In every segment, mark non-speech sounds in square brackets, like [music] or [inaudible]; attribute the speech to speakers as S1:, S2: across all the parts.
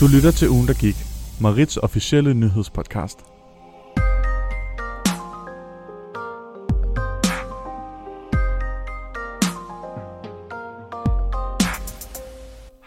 S1: Du lytter til ugen, der gik. Marits officielle nyhedspodcast.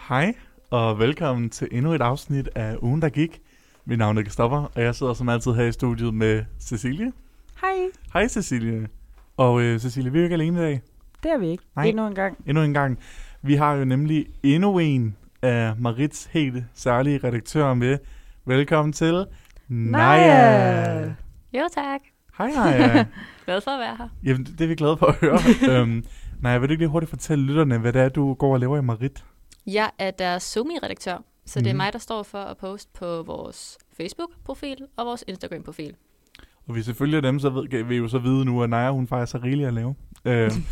S1: Hej, og velkommen til endnu et afsnit af ugen, der gik. Mit navn er Kristoffer, og jeg sidder som altid her i studiet med Cecilie.
S2: Hej,
S1: Hej Cecilie. Og øh, Cecilie, vi er jo ikke alene i dag.
S2: det er vi ikke.
S1: Nej.
S2: Nej. Endnu en gang.
S1: Endnu en gang. Vi har jo nemlig endnu en af Marits helt særlige redaktører med. Velkommen til Naja.
S3: Jo tak.
S1: Hej Naja.
S3: Glad for at være her.
S1: Jamen, det er vi glade for at høre. øhm, Naja, vil du ikke lige hurtigt fortælle lytterne, hvad det er, du går og laver i Marit?
S3: Jeg er deres Zoom-redaktør, så det er
S1: Mhm.
S3: mig, der står for at poste på vores Facebook-profil og vores Instagram-profil.
S1: Og vi selvfølgelig dem, så ved, kan vi jo så vide nu, at Naja, hun faktisk har rigeligt at lave. Øhm,
S2: Det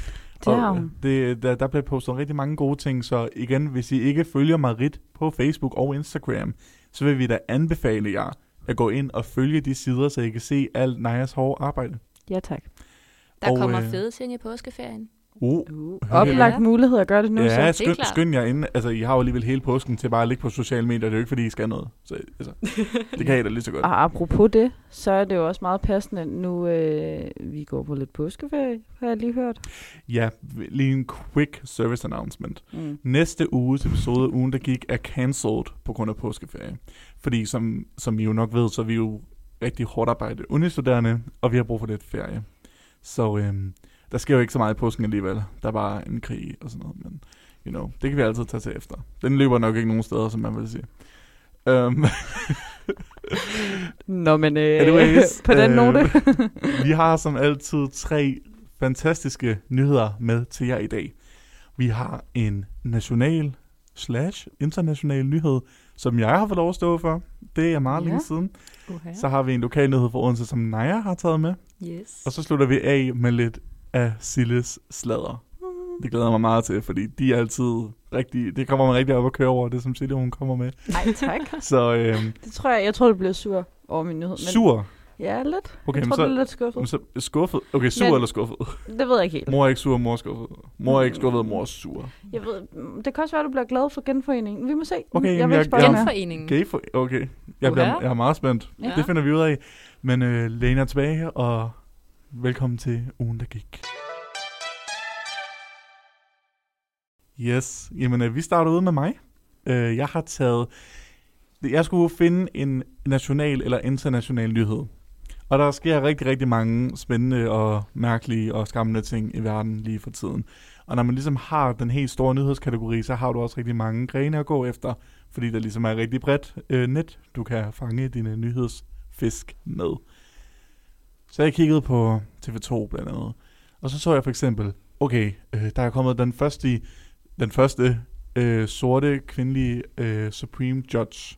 S1: og
S2: har hun.
S1: Det, der, der bliver postet rigtig mange gode ting, så igen, hvis I ikke følger Marit på Facebook og Instagram, så vil vi da anbefale jer at gå ind og følge de sider, så I kan se alt Najas hårde arbejde.
S2: Ja, tak.
S3: Der
S1: Og,
S3: og, kommer
S1: øh,
S3: øh... fede ting i påskeferien.
S1: Uh,
S2: Uh,
S1: Ja.
S2: oplagt mulighed at gøre det nu.
S1: ja,
S2: Så.
S3: det er
S1: skynd,
S3: klart.
S1: skynd jer inden. Altså, I har jo alligevel hele påsken til bare at ligge på sociale medier. Det er jo ikke, fordi I skal noget. Så,
S2: [laughs]
S1: altså, det kan I da lige så godt.
S2: Og apropos det, så er det jo også meget passende, nu øh, vi går på lidt påskeferie, har jeg lige hørt.
S1: Ja, lige en quick service announcement.
S2: Mm.
S1: Næste uges episode, ugen der gik, er cancelled på grund af påskeferie. Fordi som, som I jo nok ved, så er vi jo rigtig hårdt arbejde unistuderende, og vi har brug for lidt ferie. Så øhm, der sker jo ikke så meget i påsken alligevel. Der er bare en krig og sådan noget, men you know, det kan vi altid tage til efter. Den løber nok ikke nogen steder, som man vil sige. Øhm,
S2: Nå, men øh,
S1: Anyways,
S2: [laughs] på den
S1: øh,
S2: note.
S1: [laughs] Vi har som altid tre fantastiske nyheder med til jer i dag. Vi har en national slash international nyhed, som jeg har fået lov at stå for. Det er meget ja. længe
S2: Ja.
S1: siden.
S3: Uha.
S1: Så har vi en lokal nyhed fra Odense, som Naja har taget med.
S3: Yes.
S1: Og så slutter vi af med lidt af Silles sladder. Det glæder jeg mig meget til, fordi de er altid rigtig... Det kommer man rigtig op og køre over, det som Sille hun kommer
S2: [laughs]
S1: med.
S2: Ej, tak.
S1: Så øhm,
S2: Det tror jeg, jeg tror, det bliver sur over min nyhed. Men,
S1: sur.
S2: Ja, lidt.
S1: Okay,
S2: Okay, jeg
S1: men
S2: tror, så... det
S1: så,
S2: er lidt skuffet.
S1: så skuffet. Okay, sur
S2: Men-
S1: eller skuffet?
S2: Det ved jeg ikke helt.
S1: Mor er ikke sur, mor er skuffet. Mor er ikke skuffet, mor er sur.
S2: Jeg ved, mm, det kan også være, du bliver glad for genforeningen. Vi må se.
S1: Okay,
S2: jeg
S1: jamen,
S2: vil
S1: jeg-
S2: ikke spørge
S1: jeg-
S2: mere.
S3: Genforeningen.
S1: Kan I få... Okay, jeg, bliver,
S3: Uha.
S1: jeg er meget spændt. Ja.
S3: Ja.
S1: Det finder vi ud af. Men øh, Lena er tilbage, og velkommen til ugen, der gik. Yes, jamen øh, vi starter ud med mig. Øh, jeg har taget... Jeg skulle finde en national eller international nyhed. Og der sker rigtig, rigtig mange spændende og mærkelige og skræmmende ting i verden lige for tiden. Og når man ligesom har den helt store nyhedskategori, så har du også rigtig mange grene at gå efter, fordi der ligesom er et rigtig bredt øh, net, du kan fange dine nyhedsfisk med. Så jeg kiggede på TV2 blandt andet, og så så jeg for eksempel, okay, øh, der er kommet den første, den første øh, sorte kvindelige øh, Supreme Judge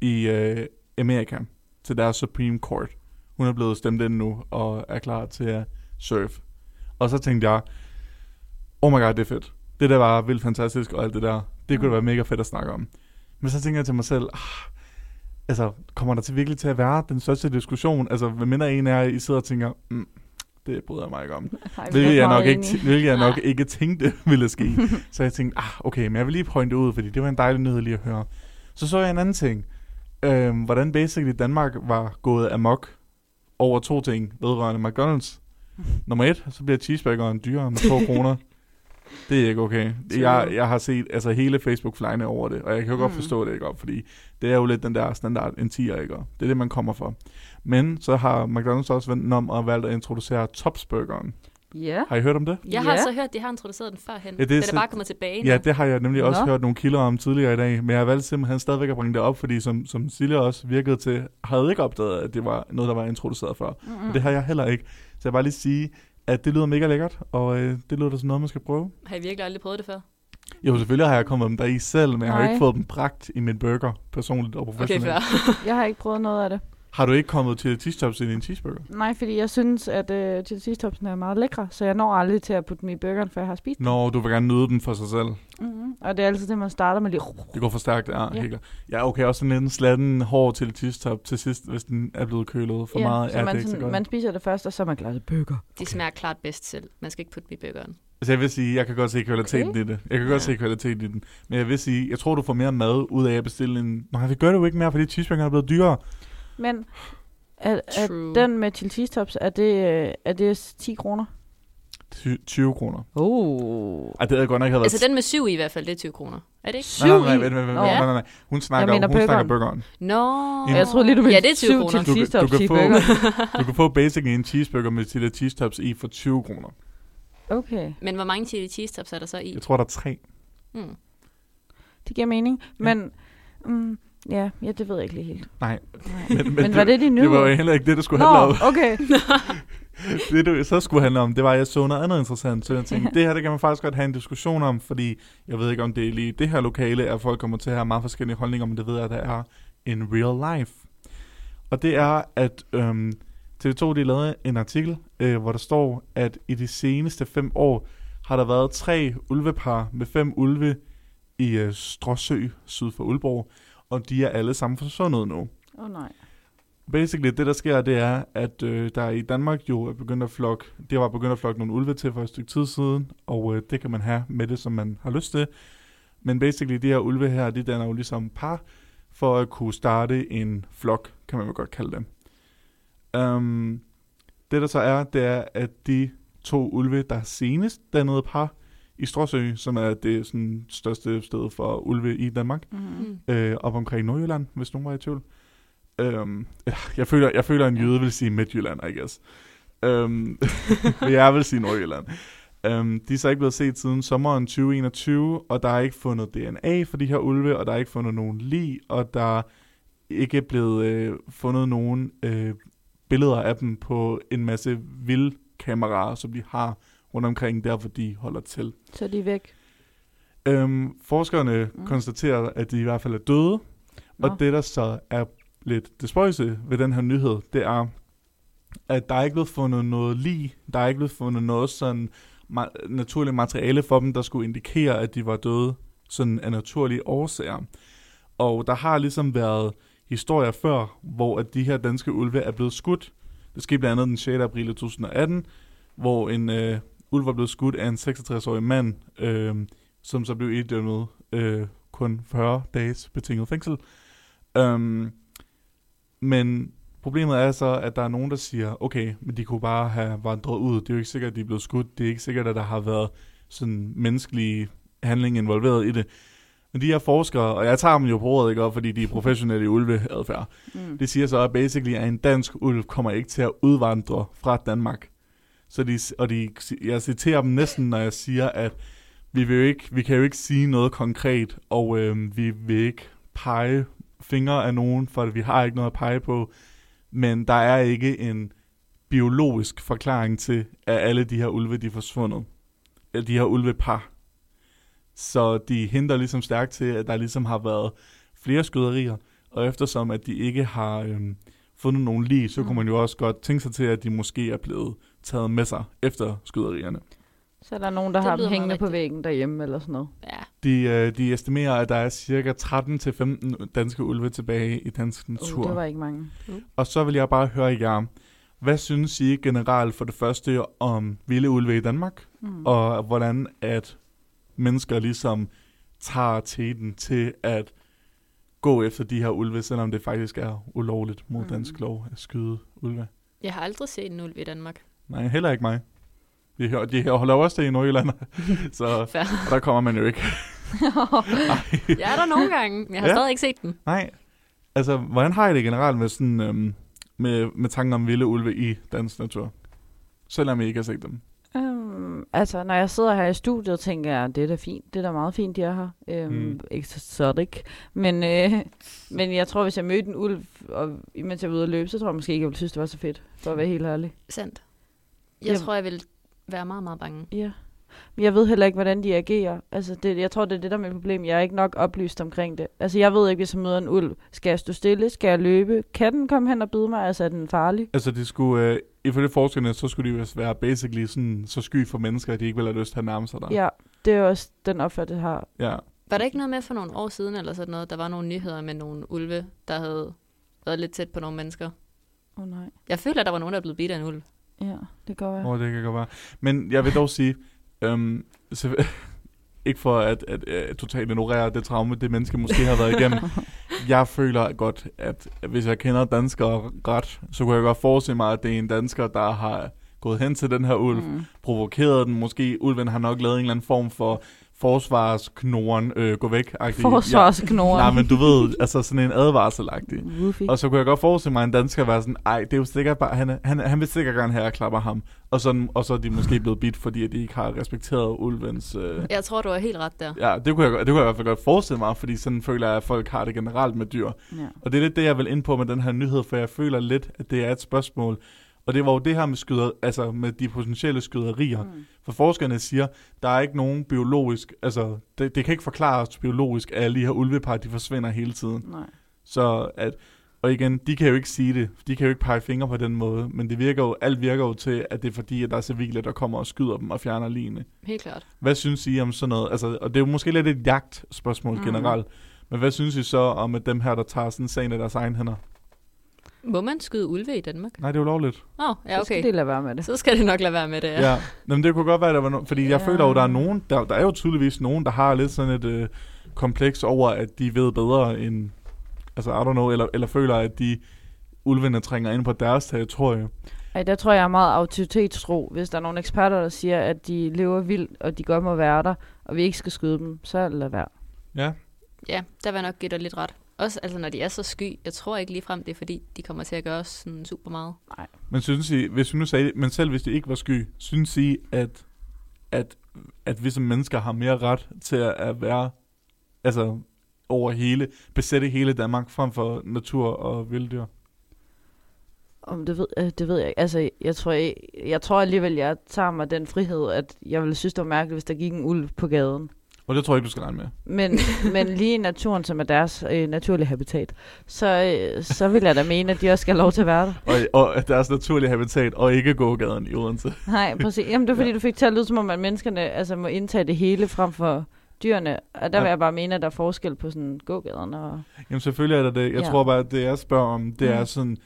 S1: i øh, Amerika til deres Supreme Court. Hun er blevet stemt ind nu og er klar til at serve. Og så tænkte jeg, oh my god, det er fedt. Det der var vildt fantastisk og alt det der, det kunne
S2: Mm.
S1: mm. være mega fedt at snakke om. Men så tænker jeg til mig selv, ah, altså kommer der til virkelig til at være den største diskussion? Altså, hvad mindre en af jer, I sidder og tænker, mm, det bryder jeg mig ikke om.
S2: Ej, vi er
S1: Hvilket jeg,
S2: meget
S1: nok ikke,
S2: enige.
S1: hvilket jeg nok ikke tænkte [laughs] ville
S2: [laughs]
S1: ske. Så jeg tænkte, ah, okay, men jeg vil lige pointe ud, fordi det var en dejlig nyhed lige at høre. Så så jeg en anden ting. Øhm, hvordan basically Danmark var gået amok over to ting vedrørende McDonald's.
S2: [laughs]
S1: Nummer et, så bliver cheeseburgeren dyrere med 2 kroner. Det er ikke okay. Jeg, jeg har set altså, hele Facebook flyne over det, og jeg kan jo mm. godt
S3: Mm.
S1: forstå det, ikke? Og Fordi det er jo lidt den der standard, en 10'er, ikke? Og Det er det, man kommer for. Men så har McDonald's også vendt den om og valgt at introducere Topsburgeren.
S2: Ja.
S1: Har I hørt om det?
S3: Jeg har
S2: Ja.
S3: så hørt, at de har introduceret den førhen.
S1: Ja,
S3: Ja,
S1: det
S3: det
S1: er
S3: den er
S1: så-
S3: bare kommet tilbage
S1: Ja,
S3: nu.
S1: det har jeg nemlig også
S2: Nå.
S1: hørt nogle kilder om tidligere i dag, men jeg valgte simpelthen stadigvæk at bringe det op, fordi som, som Silje også virkede til, havde ikke opdaget, at det var noget, der var introduceret før. Mm.
S2: Mm-mm.
S1: Det har jeg heller ikke. Så jeg vil bare lige sige, at det lyder mega lækkert, og øh, det lyder da som noget, man skal prøve.
S3: Har I virkelig aldrig prøvet det før?
S1: Jo, selvfølgelig har jeg kommet dem der i selv, men jeg har jo
S2: Nej.
S1: ikke fået dem bragt i min burger, personligt og
S3: Okay,
S1: professionelt.
S3: før.
S2: Jeg har ikke prøvet noget af det.
S1: Har du ikke kommet til Tistops i en cheeseburger?
S2: Nej, fordi jeg synes, at øh, cheese-topsene er meget lækre, så jeg når aldrig til at putte dem i burgeren, før jeg har spist.
S1: Nå, du vil gerne nyde dem for sig selv.
S2: Mm-hmm. Og det er altid det, man starter med lige...
S1: Det går for stærkt, ja, ja.
S2: Ja.
S1: helt klart. Ja, okay, også sådan lidt en slatten hård til tistop til sidst, hvis den er blevet kølet for meget.
S2: så
S1: er
S2: man,
S1: det ikke så godt.
S2: man spiser det først, og så er man klar til burger.
S3: De smager klart bedst selv. Man skal ikke putte dem i burgeren.
S1: Altså, jeg vil sige, jeg kan godt se kvaliteten okay.
S3: Okay.
S1: i det. Jeg kan godt
S3: Ja.
S1: se kvaliteten i den. Men jeg vil sige, jeg tror, du får mere mad ud af at bestille en... Nej, det gør du jo ikke mere, fordi cheeseburgeren er blevet dyrere.
S2: Men er, er
S3: True.
S2: den med chili cheese tops, er det, øh, er det 10 kroner?
S1: Ty- 20 kroner.
S2: Oh.
S1: Ej, det havde jeg godt nok havde været...
S3: Altså den med syv i, i hvert fald, det er 20 kroner. Er det ikke?
S2: Syv
S1: Nej, nej, nej,
S2: i?
S1: vent, vent, vent,
S2: Nå.
S1: nej, nej, nej. Hun snakker,
S2: Jeg mener
S1: hun snakker
S2: burgeren.
S1: burgeren.
S3: Nå.
S1: Ja,
S2: Og Jeg troede lige, du
S3: Ja,
S2: mente
S3: det er 20
S2: syv chili
S3: kroner.
S1: Du kan-
S2: cheese tops
S1: du kan
S2: i
S1: få-
S2: burger.
S1: Du kan få basic en cheeseburger med til cheese tops i for 20 kroner.
S2: Okay,
S3: [laughs] Men hvor mange chili cheese tops er der så i?
S1: Jeg tror, der er tre.
S3: Mm.
S2: det giver mening. Men mm, ja, ja, det ved jeg ikke lige helt.
S1: Nej.
S2: Nej.
S1: Men, men,
S2: Men var det din nyhed?
S1: Det var jo heller ikke det, det skulle handle om.
S2: Nå,
S3: [laughs]
S2: okay.
S1: det, det så skulle handle om, det var, at jeg så noget andet interessant. Så jeg tænkte, det her det kan man faktisk godt have en diskussion om, fordi jeg ved ikke, om det er lige det her lokale, at folk kommer til at have meget forskellige holdninger, men det ved jeg, der er in real life. Og det er, at øhm, TV2 de lavede en artikel, øh, hvor der står, at i de seneste fem år har der været tre ulvepar med fem ulve i øh, Stråsø, syd for Aalborg, og de er alle sammen forsvundet nu.
S2: Åh oh, nej.
S1: Basically, det der sker, det er, at øh, der i Danmark jo er begyndt at flokke, det var begyndt at flokke nogle ulve til for et stykke tid siden, og øh, det kan man have med det, som man har lyst til. Men basically, de her ulve her, de danner jo ligesom par, for at kunne starte en flok, kan man vel godt kalde dem. Um, det der så er, det er, at de to ulve, der senest dannede par i Stråsø, som er det sådan, største sted for ulve i Danmark,
S2: Mm.
S3: Mm.
S1: øh, op omkring Nordjylland, hvis nogen var i tvivl. Øhm, øh, jeg, føler, jeg føler, en jøde vil sige Midtjylland, I guess. Øhm, [laughs] men jeg vil sige Nordjylland. Øhm, de er så ikke blevet set siden sommeren 2021, og der er ikke fundet DNA for de her ulve, og der er ikke fundet nogen lig, og der er ikke blevet øh, fundet nogen øh, billeder af dem på en masse vildkameraer, som de har rundt omkring, der hvor de holder til.
S2: Så er de væk.
S1: Øhm, forskerne mm.
S2: Mm.
S1: konstaterer, at de i hvert fald er døde, Nå.
S2: Nå.
S1: og det, der så er lidt det spøjse ved den her nyhed, det er, at der er ikke blevet fundet noget lig, der er ikke blevet fundet noget sådan ma- naturligt materiale for dem, der skulle indikere, at de var døde sådan af naturlige årsager. Og der har ligesom været historier før, hvor at de her danske ulve er blevet skudt. Det skete blandt andet den 6. april 2018, hvor en øh, ulv var blevet skudt af en 66-årig mand, øh, som så blev idømmet øh, kun 40 dages betinget fængsel. Um, men problemet er så, at der er nogen, der siger, okay, men de kunne bare have vandret ud. Det er jo ikke sikkert, at de er blevet skudt. Det er ikke sikkert, at der har været sådan menneskelige handling involveret i det. Men de her forskere, og jeg tager dem jo på ordet, ikke? Og fordi de er professionelle i ulveadfærd,
S2: Mm.
S1: det siger så at basically, at en dansk ulv kommer ikke til at udvandre fra Danmark. Så de, og de, jeg citerer dem næsten, når jeg siger, at vi, vil jo ikke, vi kan jo ikke sige noget konkret, og øh, vi vil ikke pege fingre af nogen, for vi har ikke noget at pege på. Men der er ikke en biologisk forklaring til, at alle de her ulve, de er forsvundet. Eller De her ulvepar. Så de henter ligesom stærkt til, at der ligesom har været flere skyderier, og eftersom at de ikke har øhm, fundet nogen lige, så
S2: Mm.
S1: kunne man jo også godt tænke sig til, at de måske er blevet taget med sig efter skyderierne.
S2: Så er der nogen, der
S3: Det
S2: har dem
S3: lyder meget
S2: hængende på
S3: rigtigt.
S2: væggen derhjemme eller sådan noget.
S3: Ja.
S1: De, øh, de estimerer, at der er cirka 13-15 danske ulve tilbage i dansk natur.
S2: Uh, det var ikke mange.
S1: Og så vil jeg bare høre jer, hvad synes I generelt for det første om vilde ulve i Danmark,
S2: Mm.
S1: og hvordan at mennesker ligesom tager teten til at gå efter de her ulve, selvom det faktisk er ulovligt mod
S2: Mm.
S3: Mhm.
S1: dansk lov at skyde ulve?
S3: Jeg har aldrig set en ulv i Danmark.
S1: Nej, heller ikke mig. De, hører, de her holder jo også det i Nordjylland, [laughs] så
S3: [laughs] Fair.
S1: og der kommer man jo
S3: [laughs]
S1: ikke.
S3: Jeg er der nogle gange, men jeg har
S1: Ja.
S3: ja. stadig ikke set den.
S1: Nej, altså, hvordan har I det generelt med, sådan, øhm, med, med tanken om vilde ulve i dansk natur? Selvom I ikke har set dem.
S2: Øhm, altså, når jeg sidder her i studiet, tænker jeg, det er da fint, det er da meget fint, de er her. Øhm,
S1: Mm.
S2: mm. Exotic. Men, øh, men jeg tror, hvis jeg mødte en ulv, og imens jeg var ude at løbe, så tror jeg måske ikke, jeg ville synes, det var så fedt, for at være helt ærlig.
S3: Sandt. Jeg
S2: Jamen.
S3: tror, jeg vil være meget, meget bange.
S2: Ja. Men jeg ved heller ikke, hvordan de agerer. Altså, det, jeg tror, det er det, der er mit problem. Jeg er ikke nok oplyst omkring det. Altså, jeg ved ikke, hvis jeg møder en ulv. Skal jeg stå stille? Skal jeg løbe? Kan den komme hen og bide mig? Altså, er den farlig?
S1: Altså, det skulle, øh, ifølge forskerne, så skulle de jo være basically sådan, så sky for mennesker, at de ikke vil have lyst til at nærme sig dig.
S2: Ja, det er også den opfattelse, jeg har.
S1: ja.
S3: Var der ikke noget med for nogle år siden eller sådan noget? Der var nogle nyheder med nogle ulve, der havde været lidt tæt på nogle mennesker.
S2: Åh oh, nej.
S3: Jeg føler, at der var nogen, der er blevet bidt af en ulv.
S2: Ja, det går jeg.
S1: Åh, oh, det kan godt være. Men jeg vil dog sige, øhm, så, [laughs] ikke for at, at, at totalt ignorere det traume, det menneske måske har været igennem. jeg føler godt, at hvis jeg kender danskere ret, så kunne jeg godt forestille mig, at det er en dansker, der har gået hen til den her ulv, mm.
S2: Mm.
S1: provokeret den. Måske ulven har nok lavet en eller anden form for forsvarsknoren, øh, gå væk. Ja,
S2: Forsvarsknoren.
S1: nej, men du ved, altså sådan en advarselagtig.
S2: Woofy.
S1: Og så kunne jeg godt forestille mig, at en dansker var sådan, ej, det er jo sikkert bare, han, er- han, han vil sikkert gerne have, at jeg klapper ham. Og, sådan, og så er de måske blevet bidt, fordi at de ikke har respekteret ulvens... Øh,
S3: Jeg tror, du er helt ret der.
S1: ja, det kunne, jeg, godt- det kunne jeg i hvert fald godt forestille mig, fordi sådan føler jeg, at folk har det generelt med dyr.
S2: Ja.
S1: Og det er lidt det, jeg vil ind på med den her nyhed, for jeg føler lidt, at det er et spørgsmål. Og det var jo det her med, skyder, altså med de potentielle skyderier. Mm.
S2: Mm.
S1: For forskerne siger, der er ikke nogen biologisk... Altså, det, det kan ikke forklares biologisk, at alle de her ulvepar, de forsvinder hele tiden.
S2: Nej.
S1: Så at, og igen, de kan jo ikke sige det. De kan jo ikke pege fingre på den måde. Men det virker jo, alt virker jo til, at det er fordi, at der er civile, der kommer og skyder dem og fjerner lignende.
S3: Helt klart.
S1: Hvad synes I om sådan noget? Altså, og det er jo måske lidt et jagtspørgsmål mm.
S2: Mm.
S1: generelt. Men hvad synes I så om at dem her, der tager sådan sagen af deres egen hænder?
S3: Må man skyde ulve i Danmark?
S1: Nej, det er jo lovligt.
S3: Åh, oh, ja
S2: Så skal
S3: okay.
S2: de lade være med det.
S3: Så skal det nok lade være med det, ja.
S1: Ja. Nå, men det kunne godt være, der var no- Fordi jeg
S2: Ja.
S1: føler jo, der er nogen, der, der er jo tydeligvis nogen, der har lidt sådan et øh, kompleks over, at de ved bedre end... Altså, I don't know, eller, eller føler, at de ulvene trænger ind på deres territorie.
S2: Ej, der tror jeg er meget autoritetstro. Hvis der er nogle eksperter, der siger, at de lever vildt, og de godt må være der, og vi ikke skal skyde dem, så lad være.
S1: Ja.
S3: Ja, der vil jeg nok give dig lidt ret. Også altså, når de er så sky, jeg tror ikke ligefrem, det er fordi, de kommer til at gøre sådan super meget.
S1: Men synes I, hvis vi nu sagde, men selv hvis det ikke var sky, synes I, at, at, at vi som mennesker har mere ret til at, at være altså, over hele, besætte hele Danmark frem for natur og vilddyr?
S2: Om det ved, øh, det ved jeg ikke. Altså, jeg tror, jeg, jeg tror alligevel, jeg tager mig den frihed, at jeg ville synes, det var mærkeligt, hvis der gik en ulv på gaden.
S1: Og det tror jeg ikke, du skal regne med.
S3: [laughs]
S2: Men, men lige i naturen, som er deres øh, naturlige habitat, så, øh, så vil jeg da mene, at de også skal have lov til at være der.
S1: Og, og at deres naturlige habitat, og ikke gågaden i Odense.
S2: Nej, præcis. Jamen, det er fordi, du fik til at lyde som om, at menneskerne altså, må indtage det hele frem for dyrene. Og der
S1: Ja.
S2: vil jeg bare mene, at der er forskel på sådan gågaderne og...
S1: Jamen selvfølgelig er der det. Jeg ja.
S2: Ja.
S1: tror bare, at det jeg spørger om, det mm. er
S2: Mm.
S1: sådan,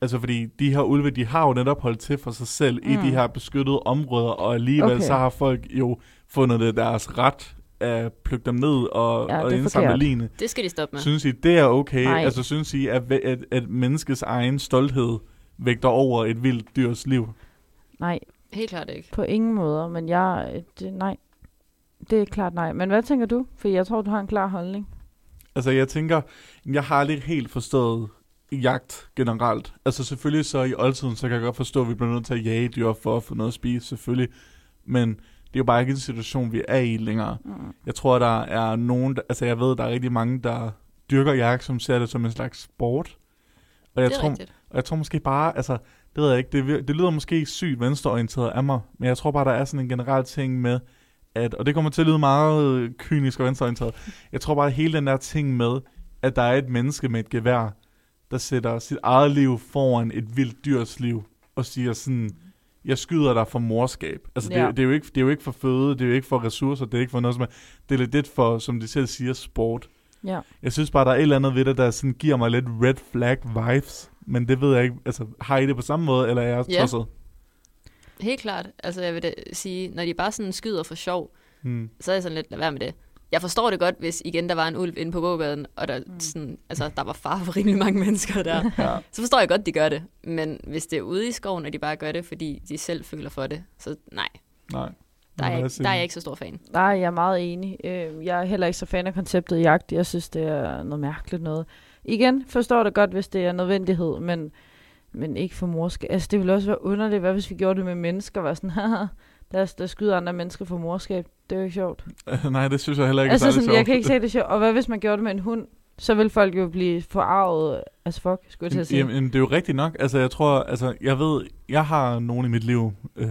S1: altså fordi de her ulve, de har jo netop holdt til for sig selv mm. i
S2: Mm.
S1: de her beskyttede områder, og alligevel okay.
S2: Okay.
S1: så har folk jo fundet det deres ret at plukke dem ned og,
S2: Ja,
S1: ja, og
S2: det er
S1: indsamle
S2: forkert.
S1: ligne.
S3: Det skal de stoppe med.
S1: Synes I, det er okay? Nej.
S2: Nej.
S1: Altså synes I, at, væ- at, at menneskets egen stolthed vægter over et vildt dyrs liv?
S2: Nej,
S3: Helt klart ikke.
S2: på ingen måder, men jeg... Det, nej, det er klart nej. Men hvad tænker du? For jeg tror, du har en klar holdning.
S1: Altså, jeg tænker, jeg har aldrig helt forstået jagt generelt. Altså, selvfølgelig så i oldtiden, så kan jeg godt forstå, at vi bliver nødt til at jage dyr for at få noget at spise, selvfølgelig. Men det er jo bare ikke en situation, vi er i længere.
S2: Mm.
S1: Jeg tror, der er nogen, der, altså jeg ved, der er rigtig mange, der dyrker jagt, som ser det som en slags sport. Og jeg,
S3: det er
S1: tror,
S3: rigtigt.
S1: og jeg tror måske bare, altså, det ved jeg ikke, det, vir- det lyder måske sygt venstreorienteret af mig, men jeg tror bare, der er sådan en generel ting med, at, og det kommer til at lyde meget øh, kynisk og venstreorienteret, jeg tror bare, at hele den der ting med, at der er et menneske med et gevær, der sætter sit eget liv foran et vildt dyrs liv, og siger sådan, jeg skyder dig for morskab. Altså, det, er-
S2: Ja.
S1: det, er jo ikke, det er jo ikke for føde, det er jo ikke for ressourcer, det er ikke for noget som er, det er lidt lidt for, som de selv siger, sport.
S2: Ja.
S1: Jeg synes bare, der er et eller andet ved det, der sådan giver mig lidt red flag vibes. Men det ved jeg ikke. Altså, har I det på samme måde, eller er jeg
S3: Ja.
S1: tosset?
S3: Helt klart. Altså, jeg vil da sige, når de bare sådan skyder for sjov,
S1: Hmm.
S3: så er jeg sådan lidt, lad være med det. Jeg forstår det godt, hvis igen der var en ulv inde på gågaden, og der, mm. sådan, altså, der var far for rimelig mange [laughs] mennesker der.
S1: Ja.
S3: så forstår jeg godt, de gør det. Men hvis det er ude i skoven, og de bare gør det, fordi de selv føler for det, så nej,
S1: Nej.
S3: der er,
S1: Hvad
S3: jeg, ikke-
S1: siger
S3: der er
S1: I?
S3: jeg ikke så stor fan.
S2: Nej, jeg er meget enig. Øh, jeg er heller ikke så fan af konceptet jagt. Jeg synes, det er noget mærkeligt noget. Igen, forstår det godt, hvis det er nødvendighed, men, men ikke for morskab. Altså, det ville også være underligt, hvad hvis vi gjorde det med mennesker, var sådan, [laughs] haha, der, der skyder andre mennesker for morskab. Det er jo ikke sjovt.
S1: [laughs] Nej, det synes jeg heller ikke
S2: altså,
S1: er
S2: sådan,
S1: særlig
S2: jeg
S1: sjovt.
S2: kan ikke se det er sjovt. Og hvad hvis man gjorde det med en hund? Så vil folk jo blive forarvet. Altså, fuck, skulle jeg til at sige.
S1: Jamen, jamen, det er jo rigtigt nok. Altså, jeg tror, altså, jeg ved, jeg har nogen i mit liv, øh,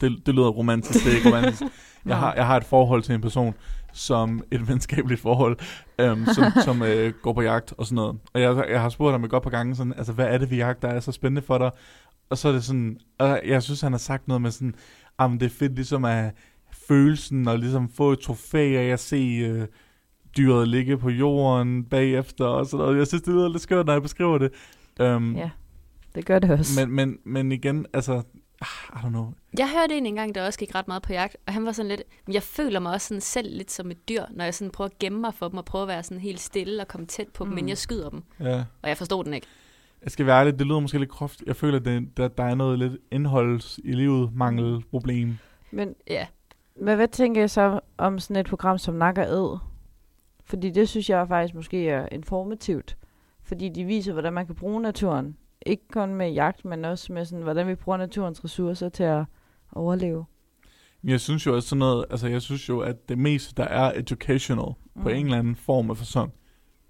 S1: det, det lyder romantisk, det er ikke
S2: [laughs]
S1: romantisk. Jeg har, jeg har et forhold til en person, som et venskabeligt forhold, øhm, som, som øh, går på jagt og sådan noget. Og jeg, jeg har spurgt ham et godt par gange, sådan, altså, hvad er det, vi jagter, der er så spændende for dig? Og så er det sådan, og jeg synes, han har sagt noget med sådan, jamen det er fedt ligesom at følelsen, og ligesom få et trofæ af at se øh, dyret ligge på jorden bagefter og sådan noget. Jeg synes, det lyder lidt skørt, når jeg beskriver det. Øhm,
S2: Ja. Det gør det også.
S1: men, men, men igen, altså, ah, I don't know.
S3: Jeg hørte en engang, der også gik ret meget på jagt, og han var sådan lidt, "Men jeg føler mig også sådan selv lidt som et dyr, når jeg sådan prøver at gemme mig for dem og prøver at være sådan helt stille og komme tæt på dem,
S2: Mm.
S3: mm. men jeg skyder dem.
S1: Ja.
S3: Og jeg forstod den ikke.
S1: Jeg skal være ærlig, det lyder måske lidt groft. Jeg føler, at det, der, der er noget lidt indholds i livet, mangel, problem.
S2: Men,
S3: Ja.
S2: men hvad tænker jeg så om sådan et program som Nak og Æd? Fordi det synes jeg faktisk måske er informativt. Fordi de viser, hvordan man kan bruge naturen. Ikke kun med jagt, men også med sådan, hvordan vi bruger naturens ressourcer til at overleve.
S1: Men jeg synes jo også sådan noget, altså jeg synes jo, at det meste, der er educational mm. på en eller anden form af fasong,